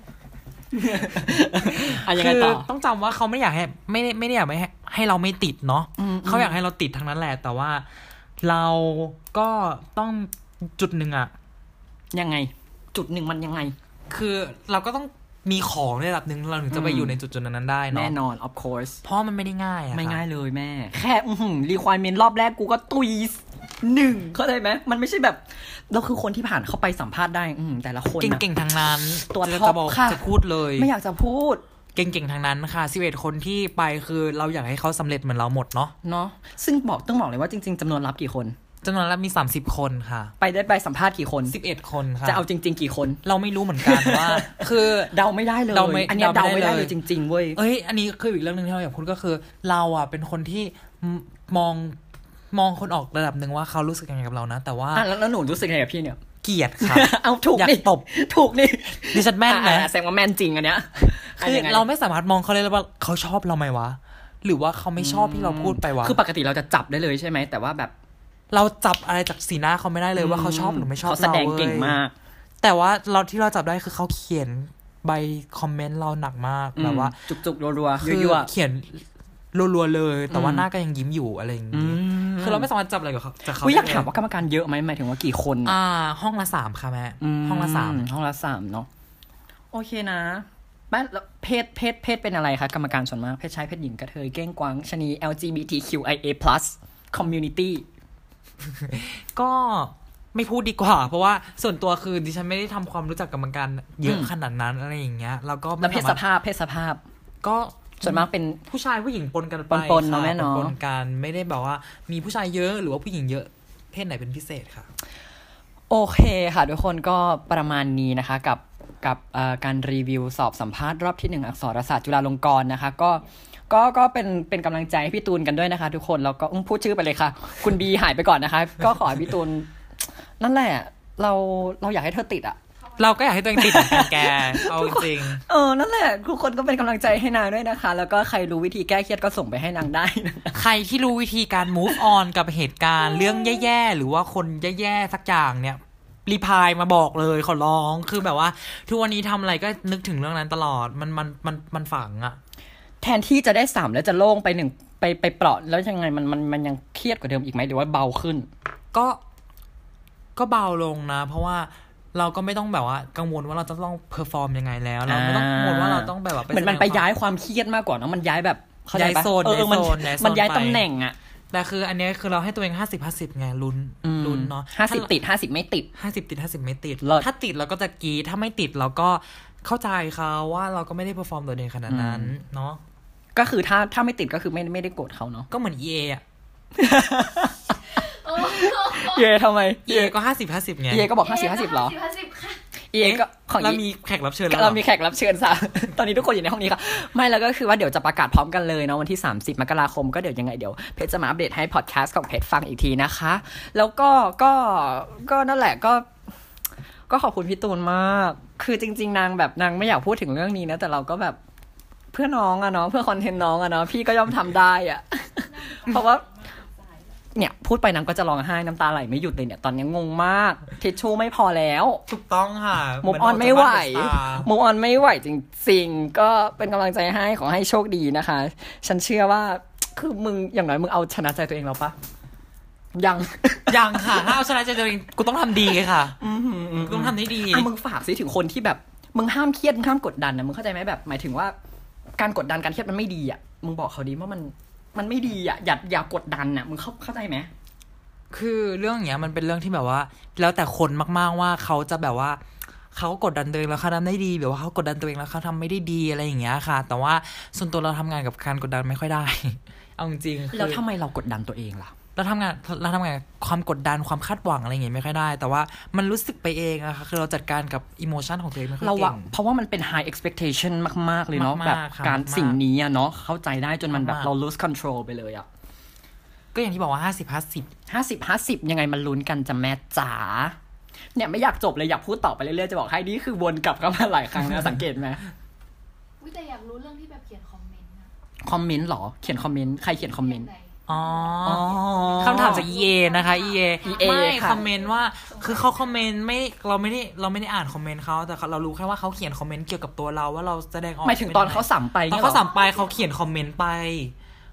[SPEAKER 1] อ่ะยังไง
[SPEAKER 2] คื
[SPEAKER 1] ต่อ
[SPEAKER 2] ต้องจำว่าเขาไม่อยากให้ไม่ได้ไม่ได้อยากไม่ให้ให้เราไม่ติดเนาะเขาอยากให้เราติดทั้งนั้นแหละ แต่ว่าเราก็ต้องจุดหนึ่งอะ
[SPEAKER 1] ยังไง จุดหนึ่งมันยังไง
[SPEAKER 2] คือเราก็ต้องมีของในระดับหนึ่งเราถึงจะไป
[SPEAKER 1] อืม
[SPEAKER 2] อยู่ในจุดจุดๆนั้นๆได้
[SPEAKER 1] แน่
[SPEAKER 2] เนาะ
[SPEAKER 1] นอน of course
[SPEAKER 2] เพราะมันไม่ได้ง่ายอะ
[SPEAKER 1] ไม่
[SPEAKER 2] ค่ะ
[SPEAKER 1] ง่ายเลยแม่ แค่อือหือรีควายเมนรอบแรกกูก็ตุยหนึ่งเข้าใจไหมมันไม่ใช่แบบเราคือคนที่ผ่านเข้าไปสัมภาษณ์ได้ อือหือแต่ละคนน่ะ
[SPEAKER 2] เก่งๆทางนั้น
[SPEAKER 1] ตัว
[SPEAKER 2] จะ
[SPEAKER 1] ท็อป
[SPEAKER 2] จะบอก
[SPEAKER 1] ค่ะ
[SPEAKER 2] จะพูดเลย
[SPEAKER 1] ไม่อยากจะพูด
[SPEAKER 2] เก่งๆทางนั้นค่ะ11คนที่ไปคือเราอยากให้เขาสำเร็จเหมือนเราหมดเนาะ
[SPEAKER 1] เนาะซึ่งบอกต้องบอกเลยว่าจริง ๆจำนวนรับกี่คน
[SPEAKER 2] จำนวนแล้วมี 30 คนค่ะ
[SPEAKER 1] ไปได้ไปสัมภาษณ์กี่คน
[SPEAKER 2] 11 คนค่ะ
[SPEAKER 1] จะเอาจริง ๆ กี่คน
[SPEAKER 2] เราไม่รู้เหมือนกัน ว่า คือ
[SPEAKER 1] เดาไม่ได้เลย
[SPEAKER 2] เดาไม่
[SPEAKER 1] อันเนี้ยเดา
[SPEAKER 2] เดาไม่
[SPEAKER 1] ไม่
[SPEAKER 2] ได้
[SPEAKER 1] ได้
[SPEAKER 2] เล
[SPEAKER 1] เลย ยจริง ๆเว้ย
[SPEAKER 2] เอ้ย อันนี้คืออีกเรื่องหนึ่งที่เราอยากพูดก็คือ เราอ่ะเป็นคนที่มมองมองคนออกระดับหนึ่งว่าเขารู้สึกยังไงกับเรานะ แต่ว่า
[SPEAKER 1] อ่ะแล้วแล้วหนูรู้สึกไงกับพี่เนี่ย
[SPEAKER 2] เกลียดค่ะ
[SPEAKER 1] เอาถูก
[SPEAKER 2] อยาก
[SPEAKER 1] นี่
[SPEAKER 2] ตบ
[SPEAKER 1] ถูกนี่
[SPEAKER 2] ดิฉันแม่นไหม
[SPEAKER 1] อ่ะอ่ะแสดงว่าแม่นจริงอันเนี้ย
[SPEAKER 2] คือน
[SPEAKER 1] ยังง
[SPEAKER 2] เราไม่สามารถมองเขาเลยแล้วว่าเขาชอบเราไหมวะ หรือว่าเขาไม่ชอบที่เราพูดไปวะ
[SPEAKER 1] คือปกติเราจะจับได้เลยใช่ไหมแต่ว่าแบบ
[SPEAKER 2] เราจับอะไรจากสีหน้าเขาไม่ได้เลยว่าเขาชอบหรือไม่ชอบ
[SPEAKER 1] เขาแสดง
[SPEAKER 2] รว้ย
[SPEAKER 1] เก่งมาก
[SPEAKER 2] แต่ว่าเราที่เราจับได้คือเขาเขียนใบคอมเมนต์เราหนักมากแบบว่า
[SPEAKER 1] จุกจุกๆรัวๆ
[SPEAKER 2] คือ
[SPEAKER 1] ยั่ว
[SPEAKER 2] เขียนรัวๆเลย แต่ว่า
[SPEAKER 1] อืม
[SPEAKER 2] หน้าก็ยังยิ้มอยู่อะไรอย่าง
[SPEAKER 1] ๆอื
[SPEAKER 2] นี้
[SPEAKER 1] ม
[SPEAKER 2] คือเราไม่สามารถจับอะไรกับเขาจากเขา
[SPEAKER 1] อุ๊ยอยาก
[SPEAKER 2] ได้เลย
[SPEAKER 1] ถามว่ากรรมการเยอะไหมหมายถึงว่ากี่คน
[SPEAKER 2] อ่า ห้องละสามค่ะแม่
[SPEAKER 1] ม
[SPEAKER 2] ห้องละสาม
[SPEAKER 1] ห้องละสามเนาะโอเคนะบ้านแล้วเพศเพศเพศเป็นอะไรคะกรรมการส่วนมากเพศชายเพศหญิงกระเทยเก้งกวางชะนี LGBTQIA+ community
[SPEAKER 2] ก็ไม่พูดดีกว่า เพราะว่าส่วนตัวคือดิฉันไม่ได้ทำความรู้จักกรรมการเยอะ
[SPEAKER 1] อืม
[SPEAKER 2] ขนาดนั้นอะไรอย่างเงี้ยแล้วก็ไม่
[SPEAKER 1] แล้วเพศ
[SPEAKER 2] สา
[SPEAKER 1] ส
[SPEAKER 2] มารถ
[SPEAKER 1] ภาพเพศสภาพ
[SPEAKER 2] ก็
[SPEAKER 1] ส่วนมากเป็น
[SPEAKER 2] ผู้ชายผู้หญิงปนกันไป
[SPEAKER 1] ปนๆเนอะ
[SPEAKER 2] ค่
[SPEAKER 1] แม่เนอะ
[SPEAKER 2] ปนๆกันไม่ได้แบบว่ามีผู้ชายเยอะหรือว่าผู้หญิงเยอะเพศไหนเป็นพิเศษค่ะ
[SPEAKER 1] โอเคค่ะ ทุกคนก็ประมาณนี้นะคะกับกับเอ่อการรีวิวสอบสัมภาษณ์รอบที่หนึ่งอักษรศาสตร์จุฬาลงกรณ์นะคะก็ก็ก็เป็นเป็นกำลังใจให้พี่ตูนกันด้วยนะคะ ทุกคนแล้วก็อืมพูดชื่อไปเลยค่ะ คุณบีหายไปก่อนนะคะ ก็ขอให้พี่ตูน นั่นแหละ เราเราอยากให้เธอติดอ่ะ
[SPEAKER 2] เราก็อยากให้ตัวเองติดเหมือนกันแก เอาจริง
[SPEAKER 1] เออนั่นแหละทุกคนก็เป็นกำลังใจให้นางด้วยนะคะ แล้วก็ใครรู้วิธีแก้เครียดก็ส่งไปให้นางได้นะคะ
[SPEAKER 2] ๆใครที่รู้วิธีการ move on กับเหตุการณ์ เรื่องแย่ๆ หรือว่าคนแย่ๆ สักอย่างเนี่ยรีพายมาบอกเลยขอร้องคือแบบว่า ทุกวันนี้ทำอะไรก็นึกถึงเรื่องนั้นตลอดมันมันมันมันฝังอะ
[SPEAKER 1] แทนที่จะได้สามแล้วจะโล่งไปหนึ่งไปไปเปราะแล้วยังไงมันมันมันยังเครียดกว่าเดิมอีกไหมหรือว่าเบาขึ้น
[SPEAKER 2] ก็ ก็เบาลงนะ เพราะว่าเราก็ไม่ต้องแบบว่ากังวลว่าเราจะต้องเพอร์ฟอร์มยังไงแล้ว เราไม่ต้องกังวลว่าเราต้องแบบว่า
[SPEAKER 1] เหมือนมัน
[SPEAKER 2] แสดงค
[SPEAKER 1] ไป
[SPEAKER 2] วาม
[SPEAKER 1] ย้ายความเครียดมากกว่าเนอะมันย้ายแบบเข้ใจปะ
[SPEAKER 2] ย้ายโซน
[SPEAKER 1] เออเออมัน
[SPEAKER 2] ย้ายโซนย้ายโซน
[SPEAKER 1] มันย้าย
[SPEAKER 2] ไป
[SPEAKER 1] ตำแหน่งอ่ะ
[SPEAKER 2] แต่คืออันเนี้ยคือเราให้ตัวเองห้าสิบห้าสิบไงลุ้นลุ้นเนาะ
[SPEAKER 1] ห้าสิบติดห้าสิบไม่ติด
[SPEAKER 2] ห้าสิบติดห้าสิบไม่ติด
[SPEAKER 1] เลิศ
[SPEAKER 2] ถ้าติดเราก็จะกรีดถ้าไม่ติดเราก็เข้าใจเขาว่าเราก็ไม่ได้เพอร์ฟอร์มโดดเด่นขนาดนั้นเนาะ
[SPEAKER 1] ก็คือถ้าถ้าไม่ติดก็คือไม่ไม่ได้โกรธเขาเนาะ
[SPEAKER 2] ก็เหมือน EA อะ
[SPEAKER 1] เย่ทำไม
[SPEAKER 2] EA ก็ห้าสิบห้าสิบไง
[SPEAKER 1] เย่ก็บอกห้าสิบห้าสิบหรอ
[SPEAKER 3] ห้าสิบค่ะ
[SPEAKER 1] เย่ก็ของ
[SPEAKER 2] เรา
[SPEAKER 1] เย่
[SPEAKER 2] มีแขกรับเชิญแล้ว
[SPEAKER 1] เรา
[SPEAKER 2] หอ
[SPEAKER 1] มีแขกรับเชิญสาม ตอนนี้ทุกคนอยู่ในห้องนี้ค่ะ ไม่แล้วก็คือว่าเดี๋ยวจะประกาศพร้อมกันเลยเนาะวันที่ 30 มกราคมก็เดี๋ยวยังไงเดี๋ยวเพจจะมาอัปเดตให้พอดแคสต์ของเพจฟังอีกทีนะคะ แล้วก็ก็ก็นั่นแหละก็ ก็ขอบคุณพี่ตูนมาก คือจริง ๆ นางแบบนางไม่อยากพูดถึงเรื่องนี้นะ แต่เราก็แบบเพื่อน้องอะเนาะเพื่อคอนเทนต์น้องอะเนาะพี่ก็ย่อมทำได้อะ เพราะว่า เนี่ย พูดไปนางก็จะร้องไห้น้ำตาไหลไม่หยุดเลยเนี่ยตอนนี้งงมากทิชชู่ไม่พอแล้ว
[SPEAKER 2] ถูกต้องค่ะ
[SPEAKER 1] มุ
[SPEAKER 2] เห
[SPEAKER 1] ก
[SPEAKER 2] อ
[SPEAKER 1] ออน
[SPEAKER 2] กจาก
[SPEAKER 1] ไม่ไหว
[SPEAKER 2] บ้าเดอะสตาร์
[SPEAKER 1] มุกออนไม่ไหวจริงๆ ก็เป็นกำลังใจให้ขอให้โชคดีนะคะ ฉันเชื่อว่า คือมึงอย่างน้อยมึงเอาชนะใจตัวเองแล้วปะยัง
[SPEAKER 2] ยังค่ะถ้าเอาชนะใจตัวเองกูต้องทำดีค่ะกูต้องทำได้ดี
[SPEAKER 1] อ่ะมึงฝากสิถึงคนที่แบบ มึงห้ามเครียดมึงห้ามกดดันนะมึงเข้าใจไหมแบบ หมายถึงว่าการกดดันการเครียดมันไม่ดีอ่ะมึงบอกเขาดีว่ามันมันไม่ดีอ่ะอย่าอย่ากดดันอ่ะมึงเข้าเข้าใจไหม
[SPEAKER 2] คือเรื่องเนี้ยมันเป็นเรื่องที่แบบว่า แล้วแต่คนมากๆว่าเขาจะแบบว่าเขากดดันตัวเองแล้วเขาทำได้ดีแบบว่าเขากดดันตัวเองแล้วเขาทำไม่ได้ดีอะไรอย่างเงี้ยค่ะ แต่ว่าส่วนตัวเราทำงานกับการกดดันไม่ค่อยได้ เอาจริงๆคือ
[SPEAKER 1] แล้วทำไมเรากดดันตัวเองล่ะ
[SPEAKER 2] เราทำงานเราทำงานกับความกดดันความคาดหวังอะไรอย่างเงี้ยไม่ค่อยได้ แต่ว่ามันรู้สึกไปเองอะค่ะคือเราจัดการกับอิโมชันของตัวเองไม่ค่อย
[SPEAKER 1] เรา
[SPEAKER 2] เก่
[SPEAKER 1] อะ
[SPEAKER 2] ง
[SPEAKER 1] เพราะว่ามันเป็น high expectation มาก ๆ เลยเนาะ
[SPEAKER 2] มากๆ
[SPEAKER 1] แบบ
[SPEAKER 2] ค่ะ
[SPEAKER 1] การ
[SPEAKER 2] มากๆ
[SPEAKER 1] สิ่งนี้อะเนาะเข้าใจได้จนมันแบบ
[SPEAKER 2] มากๆ
[SPEAKER 1] เรา lose control ไปเลยอะ
[SPEAKER 2] ก็อย่างที่บอกว่าห้าสิบห้าสิบ
[SPEAKER 1] ห้าสิบห้าสิบยังไงมันลุ้นกันจะแม่จ๋าเนี่ยไม่อยากจบเลยอยากพูดต่อไปเรื่อย ๆ จะบอกให้นี่คือวนกลับเข้ามาหลายครั้ง นะสังเกตไหม
[SPEAKER 3] วิแต่อยากรู้เรื่องที่แบบเขียนคอมเมนต์นะ
[SPEAKER 1] คอมเมนต์หรอเขียนคอมเมนต์ใครเขียนคอมเมนต์
[SPEAKER 3] ขียไห
[SPEAKER 2] อ๋อ
[SPEAKER 1] อ๋อ
[SPEAKER 2] คำถามจาก EA นะคะ EA
[SPEAKER 1] EA
[SPEAKER 2] ไม่
[SPEAKER 1] ค่ะ
[SPEAKER 2] คอมเมนต์ว่าคือเขาคอมเมนต์ไม่เราไม่ได้เราไม่ได้อ่านคอมเมนต์เขาแต่เรารู้แค่ว่าเขาเขียนคอมเมนต์เกี่ยวกับตัวเราว่าเราแสดงออก
[SPEAKER 1] หมายถึงตอนเขาสัมไป
[SPEAKER 2] ตอน
[SPEAKER 1] เนี่ย
[SPEAKER 2] เขา
[SPEAKER 1] หรอ
[SPEAKER 2] สัมไปเขาเขียนคอมเมนต์ไป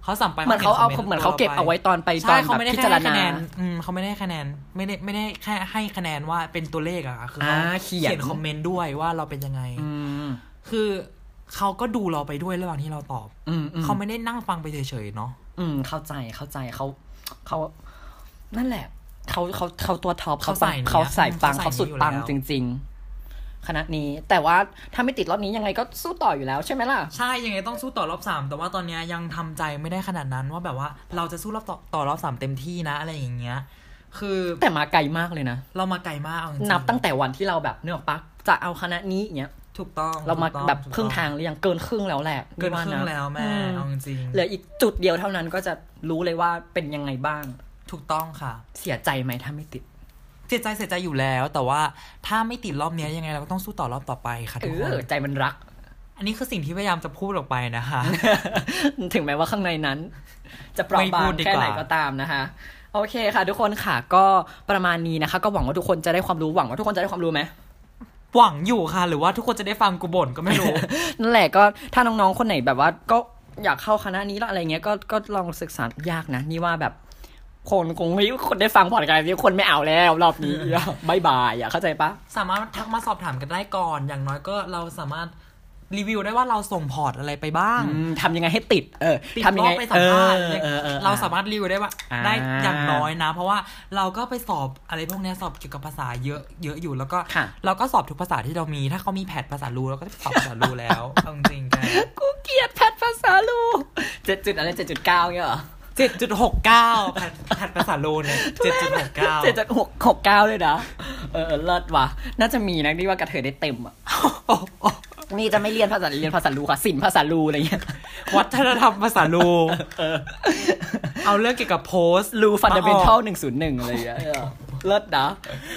[SPEAKER 2] เขาสัมไป
[SPEAKER 1] เหมือนเขาเอา
[SPEAKER 2] ขีย
[SPEAKER 1] เหมือนเขาเก็บเอาไว้ตอนไปตอ
[SPEAKER 2] ใช่
[SPEAKER 1] น
[SPEAKER 2] เขา
[SPEAKER 1] แบบ
[SPEAKER 2] ไม่ได้
[SPEAKER 1] พิ
[SPEAKER 2] แค่
[SPEAKER 1] จาร
[SPEAKER 2] ให้คะ
[SPEAKER 1] ณา
[SPEAKER 2] แนนอืมเขาไม่ได้ให้คะแนนไม่ได้ไม่ได้แค่ให้คะแนนว่าเป็นตัวเลขอะค่ะคือเขา
[SPEAKER 1] อ่าเขียน
[SPEAKER 2] คอมเมนต์ด้วยว่าเราเป็นยังไง
[SPEAKER 1] อืม
[SPEAKER 2] คือเขาก็ดูเราไปด้วยระหว่างที่เราตอบ
[SPEAKER 1] อืมอืม
[SPEAKER 2] เขาไม่ได้นั่งฟังไปเฉยๆเนาะ
[SPEAKER 1] อืมเข้าใจเข้าใจเขาเขานั่นแหละเขาเขาเขาตัวท็อปเขาปัง
[SPEAKER 2] เขา
[SPEAKER 1] เขา
[SPEAKER 2] ใส่
[SPEAKER 1] ใส่
[SPEAKER 2] เนี่ย
[SPEAKER 1] ปัง
[SPEAKER 2] เขา
[SPEAKER 1] เขา
[SPEAKER 2] ใส่
[SPEAKER 1] สุดปัง
[SPEAKER 2] อยู่แล้ว
[SPEAKER 1] จริง ๆ คณะนี้แต่ว่าถ้าไม่ติดรอบนี้ยังไงก็สู้ต่ออยู่แล้วใช่ไหมล่ะ
[SPEAKER 2] ใช่ยังไงต้องสู้ต่อรอบสามแต่ว่าตอนเนี้ยยังทำใจไม่ได้ขนาดนั้นว่าแบบว่าเราจะสู้รอบต่อต่อรอบสามเต็มที่นะอะไรอย่างเงี้ย คือ
[SPEAKER 1] แต่มาไกลมากเลยนะ
[SPEAKER 2] เรามาไกลมากเอาจริงๆ
[SPEAKER 1] นับตั้งแต่วันที่เราแบบเนื้ออกปะจะเอาคณะนี้อย่างเงี้ย
[SPEAKER 2] ถูกต้อง
[SPEAKER 1] เรามา
[SPEAKER 2] ถูกต้อง
[SPEAKER 1] แบบ
[SPEAKER 2] ถูก
[SPEAKER 1] ครึ่ง
[SPEAKER 2] ต้อง
[SPEAKER 1] ทางหรือยังเกินครึ่งแล้วแหละ
[SPEAKER 2] เกินครึ่ง
[SPEAKER 1] าะ
[SPEAKER 2] แล้วแม่
[SPEAKER 1] อื
[SPEAKER 2] เอาจริง
[SPEAKER 1] เหลืออีกจุดเดียวเท่านั้นก็จะรู้เลยว่าเป็นยังไงบ้าง
[SPEAKER 2] ถูกต้องค่ะ
[SPEAKER 1] เสียใจไหมถ้าไม่ติด
[SPEAKER 2] เสียใจเสียใจอยู่แล้ว แต่ว่าถ้าไม่ติดรอบเนี้ยยังไงเราก็ต้องสู้ต่อรอบต่อไปค่ะ
[SPEAKER 1] เอ
[SPEAKER 2] ทุกคน
[SPEAKER 1] อใจมันรัก
[SPEAKER 2] อันนี้คือสิ่งที่พยายามจะพูดออกไปนะคะ
[SPEAKER 1] ถึงแม้ว่าข้างในนั้น จะเปราะ
[SPEAKER 2] ไม่
[SPEAKER 1] บา
[SPEAKER 2] พู
[SPEAKER 1] ง
[SPEAKER 2] ดดีกว่า
[SPEAKER 1] แค่ไหนก็ตามนะคะ โอเคค่ะ ทุกคนค่ะก็ประมาณนี้นะคะ ก็หวังว่าทุกคนจะได้ความรู้หวังว่าทุกคนจะได้ความรู้ไหม
[SPEAKER 2] หวังอยู่ค่ะ หรือว่าทุกคนจะได้ฟังกูบ่นก็ไม่รู้
[SPEAKER 1] นั่นแหละก็ถ้าน้องๆคนไหนแบบว่าก็อยากเข้าคณะนี้แล้วอะไรเงี้ยก็ก็ลองศึกษายากนะ นี่ว่าแบบ คนคงไม่คนได้ฟังพอดการนี้คนไม่เอาแล้วรอบนี้ บายบายอ่ะเข้าใจปะ
[SPEAKER 2] สามารถทักมาสอบถามกันได้ก่อน อย่างน้อยก็เราสามารถรีวิวได้ว่าเราส่งพอร์ตอะไรไปบ้าง
[SPEAKER 1] อืมทำยังไงให้ติด เออ
[SPEAKER 2] ติด
[SPEAKER 1] ทำยั
[SPEAKER 2] รง อบ
[SPEAKER 1] ไง
[SPEAKER 2] ไปสัมภาษณ์
[SPEAKER 1] เออออออ
[SPEAKER 2] เราสามารถรีวิวได้ว่า
[SPEAKER 1] อ่า
[SPEAKER 2] ได้อย่างน้อยนะ เพราะว่าเราก็ไปสอบอะไรพวกเนี้ยสอบเกี่ยวกับภาษาเยอะเยอะอยู่แล้วก็
[SPEAKER 1] ค่ะ
[SPEAKER 2] เราก็สอบทุกภาษาที่เรามี ถ้าเขามีแผดภาษารู้เราก็จะสอบภาษารู้ แล้วเอาจริงๆแก
[SPEAKER 1] กูเกลียดแพทย์ภาษาลูกเจ็ดจุดอะไรเจ็ดจุดเก้าเงี้ยเหรอ
[SPEAKER 2] เจ็ดจุดหกเก้าแผดภาษารู้เนี่ยเจ็ดจุดหกเก้า
[SPEAKER 1] เจ็ดจุดหกหกเก้าเลยนะ เออเออเลิศว่ะ น่าจะมีนะนี่ว่ากระเทยได้เต็มอ่ะ นี่จะไม่เรียนภาษาเรียนภาษาลูค่ะศิลป์ภาษาลูอะไรเงี้ย
[SPEAKER 2] วัฒนธรรมภาษารู้ เอาเรื่องเกี่ยวกับโพสต์
[SPEAKER 1] ลูฟันเดเมนทัล
[SPEAKER 2] มาออก
[SPEAKER 1] หนึ่งศูนย์หนึ่งอะไรเงี้ยเออเลิศนะ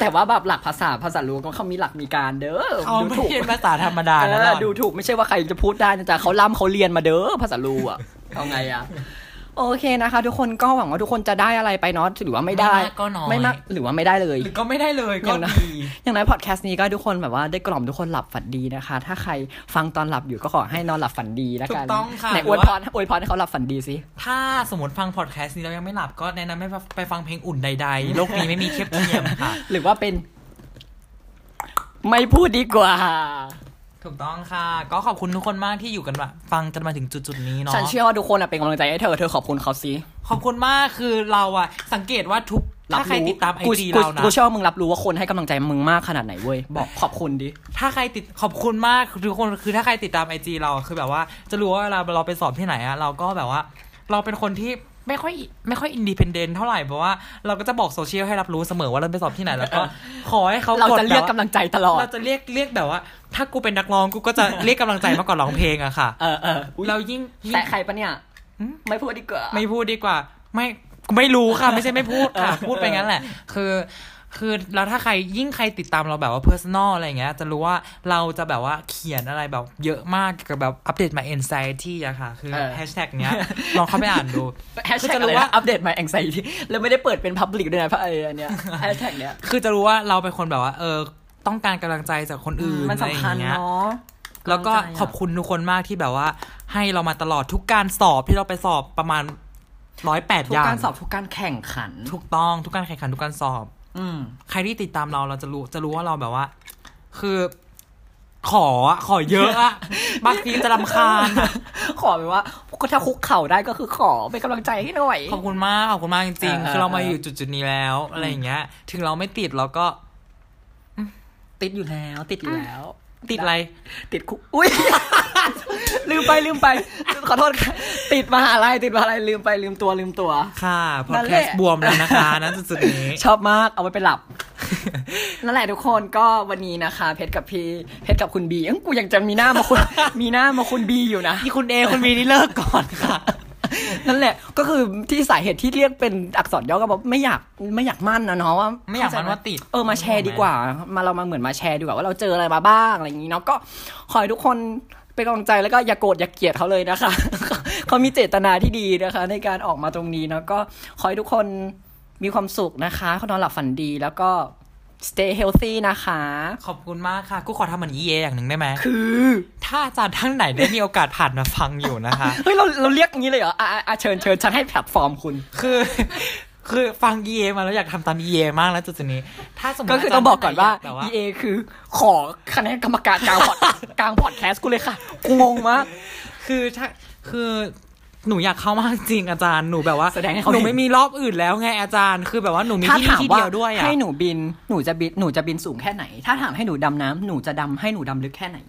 [SPEAKER 1] แต่ว่าแบบหลักภาษาภาษาลูก็เขามีหลักมีการเด้อ
[SPEAKER 2] เขา
[SPEAKER 1] ดู
[SPEAKER 2] ไม่
[SPEAKER 1] ถูก
[SPEAKER 2] ใช่ภาษาธรรมดา
[SPEAKER 1] เอ
[SPEAKER 2] นะ
[SPEAKER 1] อ
[SPEAKER 2] เรา
[SPEAKER 1] ดูถูกไม่ใช่ว่าใครจะพูดได้นะจ๊ะเขาล่ำเขาเรียนมาเด้อภาษาลู อ่ะเอาไงอ่ะ โอเคนะคะ ทุกคนก็หวังว่าทุกคนจะได้อะไรไปเนาะหรือว่าไม่ได้
[SPEAKER 2] ไม่มากก็น้อย
[SPEAKER 1] ไม่มากหรือว่าไม่ได้เลย
[SPEAKER 2] หรือก็ไม่ได้เลย
[SPEAKER 1] อ
[SPEAKER 2] ก็
[SPEAKER 1] ย่างน้อย
[SPEAKER 2] ดี
[SPEAKER 1] อย่างน้อยพอดแคสต์นี้ก็ทุกคนแบบว่าได้กล่อมทุกคนหลับฝันดีนะคะ ถ้าใครฟังตอนหลับอยู่ก็ขอให้นอนหลับฝันดีแล้วกัน
[SPEAKER 2] ถูกต้องค่ะ
[SPEAKER 1] ไหน
[SPEAKER 2] หรือ อ
[SPEAKER 1] วย
[SPEAKER 2] ว่า
[SPEAKER 1] พรอวยพรให้เขาหลับฝันดีสิ
[SPEAKER 2] ถ้าสมมติฟังพอดแคสต์นี้แล้วยังไม่หลับก็แนะนำให้ไปฟังเพลงอุ่นใดๆ โลกนี้ไม่มีเทียบเทียมค่ะ
[SPEAKER 1] หรือว่าเป็น ไม่พูดดีกว่า
[SPEAKER 2] ถูกต้องค่ะ ก็ขอบคุณทุกคนมากที่อยู่กันมาฟังกันมาถึงจุดๆนี้เนาะ
[SPEAKER 1] ฉันเชื่อว่าทุกคนอะเป็นกำลังใจให้เธอเธอขอบคุณเขาสิ
[SPEAKER 2] ขอบคุณมากคือเราอะสังเกตว่าทุก
[SPEAKER 1] รั
[SPEAKER 2] ถ้าใครติดตามไอ
[SPEAKER 1] กู
[SPEAKER 2] จี
[SPEAKER 1] กู
[SPEAKER 2] เรานะ
[SPEAKER 1] กูเชื่อว่ามึงรับรู้ว่าคนให้กำลังใจมึงมากขนาดไหนเว้ยบอกขอบคุณดิ
[SPEAKER 2] ถ้าใครติดขอบคุณมากทุกคนคือถ้าใครติดตามไอจีเราคือแบบว่า จะรู้ว่าเวลาเราไปสอบที่ไหนอะเราก็แบบว่า เราเป็นคนที่ไม่ค่อยไม่ค่อยอินดีเพนเดนต์เท่าไหร่เพราะว่าเราก็จะบอกโซเชียลให้รับรู้เสมอว่าเราไปสอบที่ไหนแล้วก็ ขอให้เขา
[SPEAKER 1] เรา
[SPEAKER 2] กด
[SPEAKER 1] จะเรียก
[SPEAKER 2] แบบว่า
[SPEAKER 1] กำลังใจตลอด
[SPEAKER 2] เราจะเรียกเรียกแบบว่า ถ้ากูเป็นนักร้องกูก็จะเรียกกำลังใจมากกว่าร้องเพลงอะค่ะ
[SPEAKER 1] เออเอออุ๊ย
[SPEAKER 2] เรายิ่งยิ่ ง
[SPEAKER 1] แต่ใครปะเนี่ยไม่พูดดีกว่า
[SPEAKER 2] ไม่พูดดีกว่า ไม่ไม่รู้ค่ะ ไม่ใช่ไม่พูดค่ะ พูดไปงั้นแหละ คือ คือแล้วถ้าใครยิ่งใครติดตามเราแบบว่า personal อะไรอย่างเงี้ย จะรู้ว่าเราจะแบบว่าเขียนอะไรแบบเยอะมากเกี่ยวกับแบบอัปเดต my anxiety อะค่ะ คือ
[SPEAKER 1] เออ
[SPEAKER 2] แฮชแท็กเนี้ย ลองเข้าไปอ่ านดู
[SPEAKER 1] แฮช
[SPEAKER 2] คือ
[SPEAKER 1] แท็ก
[SPEAKER 2] จะรู้
[SPEAKER 1] อะไรว่า
[SPEAKER 2] ว่า
[SPEAKER 1] อัปเดตมาแองไซที่แล้วไม่ได้เปิดเป็นพับลิกด้วยนะพระเอออันเนี้ยแฮชแท็กเนี้ย
[SPEAKER 2] คือจะรู้ว่าเราเป็นคนแบบว่า เออ ต้องการกำลังใจจากคนอื่น
[SPEAKER 1] มันสำคัญ
[SPEAKER 2] อะไรอย่างงี้ย
[SPEAKER 1] เนาะ
[SPEAKER 2] แล้วก็
[SPEAKER 1] กำลังใจอะ
[SPEAKER 2] ขอบคุณทุกคนมากที่แบบว่า ให้เรามาตลอดทุกการสอบที่เราไปสอบประมาณร้อยแปด
[SPEAKER 1] ทุ
[SPEAKER 2] อก ย่าง
[SPEAKER 1] การสอบทุกการแข่งขัน
[SPEAKER 2] ถูกต้องทุกการแข่งขันทุกการสอบ
[SPEAKER 1] อืม
[SPEAKER 2] ใครที่ติดตามเราเราจะรู้จะรู้ว่าเราแบบว่า คือขออะขอเยอะอะ บางทีจะรำคาญอะ
[SPEAKER 1] ขอแบบว่าถ้าคุกเข่าได้ก็คือขอเป็นกำลังใจให้หน่อย
[SPEAKER 2] ขอบคุณมากขอบคุณมากจริง
[SPEAKER 1] เออเอ
[SPEAKER 2] ๆ
[SPEAKER 1] อ
[SPEAKER 2] คือเรามาอยู่จุดๆนี้แล้วอะไรอย่างเงี้ย ถึงเราไม่ติดเราก็
[SPEAKER 1] ติดอยู่แล้ว ติดอยู่แล้ว
[SPEAKER 2] ติดอะไร
[SPEAKER 1] ติดคุกอุ้ย ลืมไปลืมไป ขอโทษค่ะติดมหาลัยติดมหาลัยลืมไปลืมตัวลืมตัว
[SPEAKER 2] ค่ะพอ
[SPEAKER 1] นั่น
[SPEAKER 2] แค
[SPEAKER 1] แหละ
[SPEAKER 2] สบวมแล้ว นะคะนะจุดๆนี้
[SPEAKER 1] ชอบมากเอาไว้ไปหลับ นั่นแหละทุกคนก็วันนี้นะคะ เพชรกับพี่เพชรกับคุณบีเอ้ยกูยังจะมีหน้ามาคุณ มีหน้ามาคุณบีอยู่นะ
[SPEAKER 2] ที่คุณเอคุณมีนี่เลิกก่อนค่ะ
[SPEAKER 1] นั่นแหละก็คือที่สาเหตุที่เรียกเป็นอักษรย่อก็เพราะไม่อยากไม่อยากมั่นนะเนาะว่า
[SPEAKER 2] ไม่อยากมั่นว่าติด
[SPEAKER 1] เออมาแชร์ดีกว่า มาเรามาเหมือนมาแชร์ดีกว่าว่าเราเจออะไรมาบ้างอะไรอย่างนี้เนาะก็ขอให้ทุกคนเป็นกำลังใจแล้วก็อย่าโกรธอย่าเกลียดเขาเลยนะคะ เขามีเจตนาที่ดีนะคะ ในการออกมาตรงนี้เนาะก็ขอให้ทุกคนมีความสุขนะคะนอนหลับฝันดีแล้วก็ stay healthy นะคะ
[SPEAKER 2] ขอบคุณมากค่ะ กูขอทำเหมือนอีเออย่างหนึ่งได้ไหม
[SPEAKER 1] คือ
[SPEAKER 2] ถ้าอาจารย์ท่านไหนได้มีโอกาสผ่านมาฟังอยู่นะคะ
[SPEAKER 1] เฮ้ยเราเราเรียกอย่างนี้เลยเหรออ่ะอ่ะอ่ะเชิญเชิญฉันให้แพลตฟอร์มคุณ
[SPEAKER 2] คือ คือฟังเอมาแล้วอยากทำตามเอมากแล้วจุดๆนี้ ถ้าสมมติ
[SPEAKER 1] ก็คือต้องบอกก่อนว่า
[SPEAKER 2] จรย์ท่ไหแบบว่า
[SPEAKER 1] EA คือขอคะแนนกรรมการกลางพอด กลางพอดแคสต์กูเลยค่ะกูงงมาก
[SPEAKER 2] คือถ้าคือหนูอยากเข้ามากจริงอาจารย์หนูแบบว่า
[SPEAKER 1] แสดงให้เขา
[SPEAKER 2] หนู
[SPEAKER 1] เห็น
[SPEAKER 2] ไม่มีรอบอื่นแล้วไงอาจารย์ คือแบบว่าหนูมี
[SPEAKER 1] ถ้า
[SPEAKER 2] ที่
[SPEAKER 1] ถา
[SPEAKER 2] นี่
[SPEAKER 1] ม
[SPEAKER 2] ที่
[SPEAKER 1] ว่า
[SPEAKER 2] เดียวด้วยอ่ะ
[SPEAKER 1] ให้หนูบินหนูจะบินหนูจะบินสูงแค่ไหน ถ้าถามให้หนูดำน้ำหนูจะดำให้หนูดำลึกแค่ไหน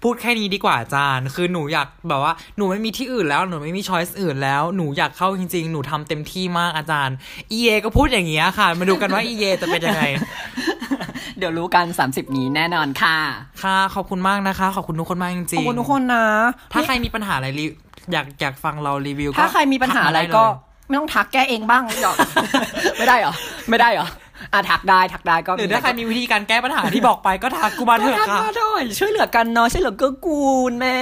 [SPEAKER 2] พูดแค่นี้ดีกว่าอาจารย์ คือหนูอยากแบบว่าหนูไม่มีที่อื่นแล้วหนูไม่มีช้อยส์อื่นแล้วหนูอยากเข้าจริงๆ หนูทำเต็มที่มากอาจารย์เอก็พูดอย่างเงี้ยค่ะ มาดูกันว่าเอจะเป็นยังไง
[SPEAKER 1] เดี๋ยวรู้กัน 30 นี้แน่นอนค่ะ
[SPEAKER 2] ค่ะ ขอบคุณมากนะคะ ขอบคุณทุกคนมากจริงๆ
[SPEAKER 1] ขอบคุณทุกคนนะ
[SPEAKER 2] ถ้าใครมีปัญหาอะไรรีอยากอยากฟังเรารีวิวก็
[SPEAKER 1] ถ้าใครมีปัญหาอะไรก็
[SPEAKER 2] ทัมด้เลย
[SPEAKER 1] ไม่ต้องทักแก้เองบ้ างหรอก ไม่ได้เหรอไม่ได้เหรออ่ะทักได้ทักได้ก็
[SPEAKER 2] หรือถ้าใครมีวิธีการแก้ปัญหาที่บอกไปก็ทักกูมาเถ
[SPEAKER 1] ก็ทั
[SPEAKER 2] อะ
[SPEAKER 1] ก
[SPEAKER 2] ค่ะ
[SPEAKER 1] มาด้วยช่วยเหลือกันเนาะช่วยเหลือเกื้อกูลแม่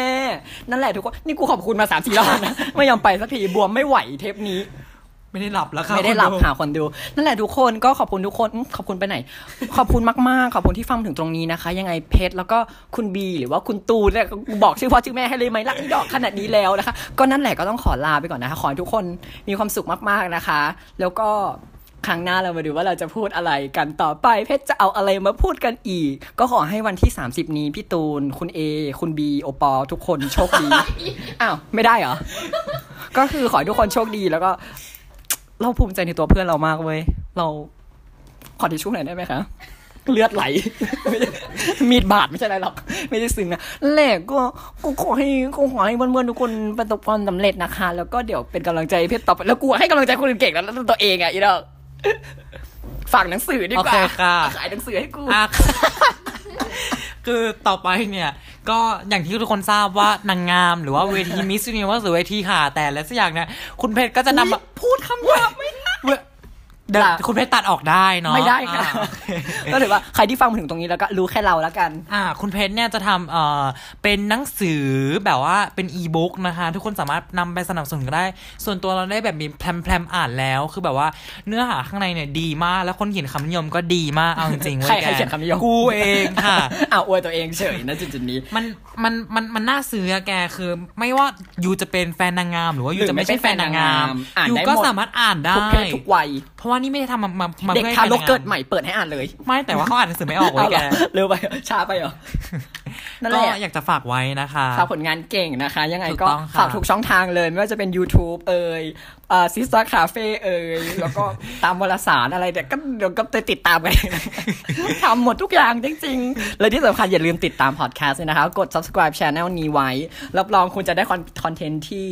[SPEAKER 1] นั่นแหละทุกคนนี่กูขอบคุณมาสามสี่รอบนะ ไม่ยอมไปสักทีบวมไม่ไหวเทปนี้
[SPEAKER 2] ไม่ได้หลับแล้วค่ะ
[SPEAKER 1] ไม่ได้หลับ
[SPEAKER 2] คุณ
[SPEAKER 1] หาคนดู นั่นแหละทุกคนก็ขอบคุณทุกคนอื้อขอบคุณไปไหน ขอบคุณมากๆ ขอบคุณที่ฟังมาถึงตรงนี้นะคะ ยังไงเพชรแล้วก็คุณบีหรือว่าคุณตูนเนี่ยกูบอกชื่อพ่อชื่อแม่ให้เลยไหมรักนี่ดอกขนาดนี้แล้วนะคะ ก็นั่นแหละก็ต้องขอลาไปก่อนนะคะ ขอให้ทุกคนมีความสุขมากๆนะคะ แล้วก็ครั้งหน้าเรามาดูว่าเราจะพูดอะไรกันต่อไป เพชรจะเอาอะไรมาพูดกันอีก ก็ขอให้วันที่ 30 นี้พี่ตูน คุณเอคุณบีโอปอล์ทุกคนโชคดี อ้าวไม่ได้เหรอ ก็คือขอให้ทุกคนโชคดีแล้วก็ เราภูมิใจในตัวเพื่อนเรามากเว้ย เราขอทิชชู่หน่อยได้ไหมคะ เลือด ไหล มีดบาดไม่ใช่อะไรหรอก ไม่ได้ซึ้งนะแหละก็ก็ขอให้ก็ขอให้เพื่อนๆทุกคนประสบความสำเร็จนะคะ แล้วก็เดี๋ยวเป็นกำลังใจให้เพชรต่อไปแล้วกูให้กำลังใจคนอื่นเก่งแล้วแล้วตัวเองอ่ะอีดอกฝากหนังสือดี
[SPEAKER 2] โอก
[SPEAKER 1] ว่า
[SPEAKER 2] เคค่ะ
[SPEAKER 1] ขายหนังสือให้กู
[SPEAKER 2] อ่ะ คือต่อไปเนี่ย ก็อย่างที่ทุกคนทราบว่านางงาม หรือว่าเวทีมิส s u น i เว r ร์หรือเวทีหาแต่และสักอย่างเนี่ย คุณเพชรก็จะนำมา
[SPEAKER 1] พูดคำหยาบไม่ได้
[SPEAKER 2] เว้ยเดี๋ยวคุณเพชรตัดออกได้เนาะ
[SPEAKER 1] ไม่ได้ค่ะ
[SPEAKER 2] อ่า
[SPEAKER 1] ก็ถือว่าใครที่ฟังมาถึงตรงนี้แล้วก็รู้แค่เราแล้วกัน
[SPEAKER 2] อ่าคุณเพชรเนี่ยจะทำเอ่อเป็นหนังสือแบบว่าเป็นอีบุ๊กนะคะ ทุกคนสามารถนำไปสนับสนุนก็ได้ ส่วนตัวเราได้แบบมีแพรมๆอ่านแล้ว คือแบบว่าเนื้อหาข้างในเนี่ยดีมาก แล้วคนเขียนคำนิยมก็ดีมาก เอาจริงๆเว้
[SPEAKER 1] ใคร
[SPEAKER 2] ยแก
[SPEAKER 1] ใครเขียนคำนิยม
[SPEAKER 2] กูเองค่ะ
[SPEAKER 1] อ้าวอวยตัวเองเฉยนะจุดๆนี้
[SPEAKER 2] มันมันมันมันน่าซื้ออะแกคือไม่ว่ายูจะเป็นแฟนนางงาม หรือว่ายู
[SPEAKER 1] หรือ
[SPEAKER 2] จะไม่ใช่แฟนนางงาม
[SPEAKER 1] อ่าน
[SPEAKER 2] ยู
[SPEAKER 1] ได้หมด
[SPEAKER 2] ก็สามารถอ่านได้
[SPEAKER 1] ทุกเพศทุกวัย
[SPEAKER 2] เพราะว่านี่ไม่ได้ทำมามามา
[SPEAKER 1] เด็ก
[SPEAKER 2] พื่อให้
[SPEAKER 1] ทารก
[SPEAKER 2] แฟนนงง
[SPEAKER 1] เกิดใหม่เปิดให้อ่านเลย
[SPEAKER 2] ไม่แต่ว่าเขาอ่านหนังสือไม่ออกเว้
[SPEAKER 1] เา
[SPEAKER 2] ย
[SPEAKER 1] เห
[SPEAKER 2] แก
[SPEAKER 1] รเร็วไปเหรอช้าไปเหรอ นั่นแห
[SPEAKER 2] ก็
[SPEAKER 1] ละ
[SPEAKER 2] อยากจะฝากไว้นะคะ
[SPEAKER 1] ฝากผลงานเก่งนะคะ ยังไงก็
[SPEAKER 2] ถูกต้องค่ะ
[SPEAKER 1] ฝากทุกช่องทางเลย ไม่ว่าจะเป็น YouTube เอ่ยซิสตาคาเฟ่เอ่ยแล้ว ก็ ตามวารสารอะไรเดี๋ยวก็เดี๋ยวก็ไปติดตามกัน ทำหมดทุกอย่างจริงๆ และที่สำคัญอย่าลืมติดตามพอดแคสต์นะคะ กด subscribe channel นี้ไว้ รับรองคุณจะได้คอนเทนต์ที่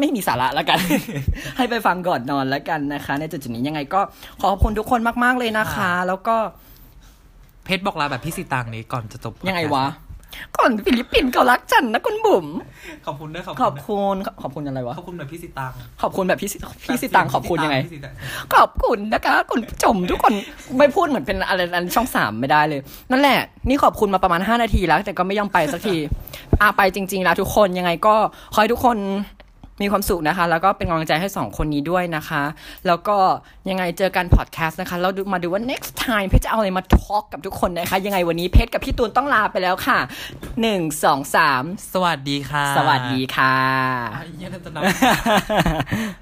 [SPEAKER 1] ไม่มีสาระแล้วกัน ให้ไปฟังก่อนนอนแล้วกันนะคะ ในจุดจุดๆนี้ยังไงก็ขอขอบคุณทุกคนมาก ๆ เลยนะคะ แล้วก็
[SPEAKER 2] เพชรบอกลาแบบพี่สีตังนี้ก่อนจะจบ
[SPEAKER 1] ยังไงวะ คนฟิลิปปินส์เขารักฉันนะคุณบุ๋ม
[SPEAKER 2] ขอบคุณด้วยขอบ
[SPEAKER 1] ขอบ
[SPEAKER 2] คุณ
[SPEAKER 1] คุณขอบคุณอะไรวะ
[SPEAKER 2] ขอบคุณแบบพี่สิตัง
[SPEAKER 1] ขอบคุณแบบพี่สิพี่สิตังขอบคุณยังไง
[SPEAKER 2] พี่สิตัง
[SPEAKER 1] ขอบคุณนะคะคุณผู้ชมทุกคนไม่พูดเหมือนเป็นอะไรอันช่องสามไม่ได้เลย นั่นแหละ นี่ขอบคุณมาประมาณ 5 นาทีแล้ว แต่ก็ไม่ยอมไปสักทีอาไปจริง ๆ แล้วทุกคนยังไงก็ขอให้ทุกคนมีความสุขนะคะ แล้วก็เป็นกำลังใจให้ 2 คนนี้ด้วยนะคะ แล้วก็ยังไงเจอกันพอดแคสต์นะคะ แล้วดูมาดูว่า next time เพชรจะเอาอะไรมา talk กับทุกคนนะคะ ยังไงวันนี้เพชรกับพี่ตูนต้องลาไปแล้วค่ะ 1 2
[SPEAKER 2] สวัสดีค่ะ
[SPEAKER 1] 3 สวัสดีค่ะ
[SPEAKER 2] อ่ะเหี้ยนั่นจะนับ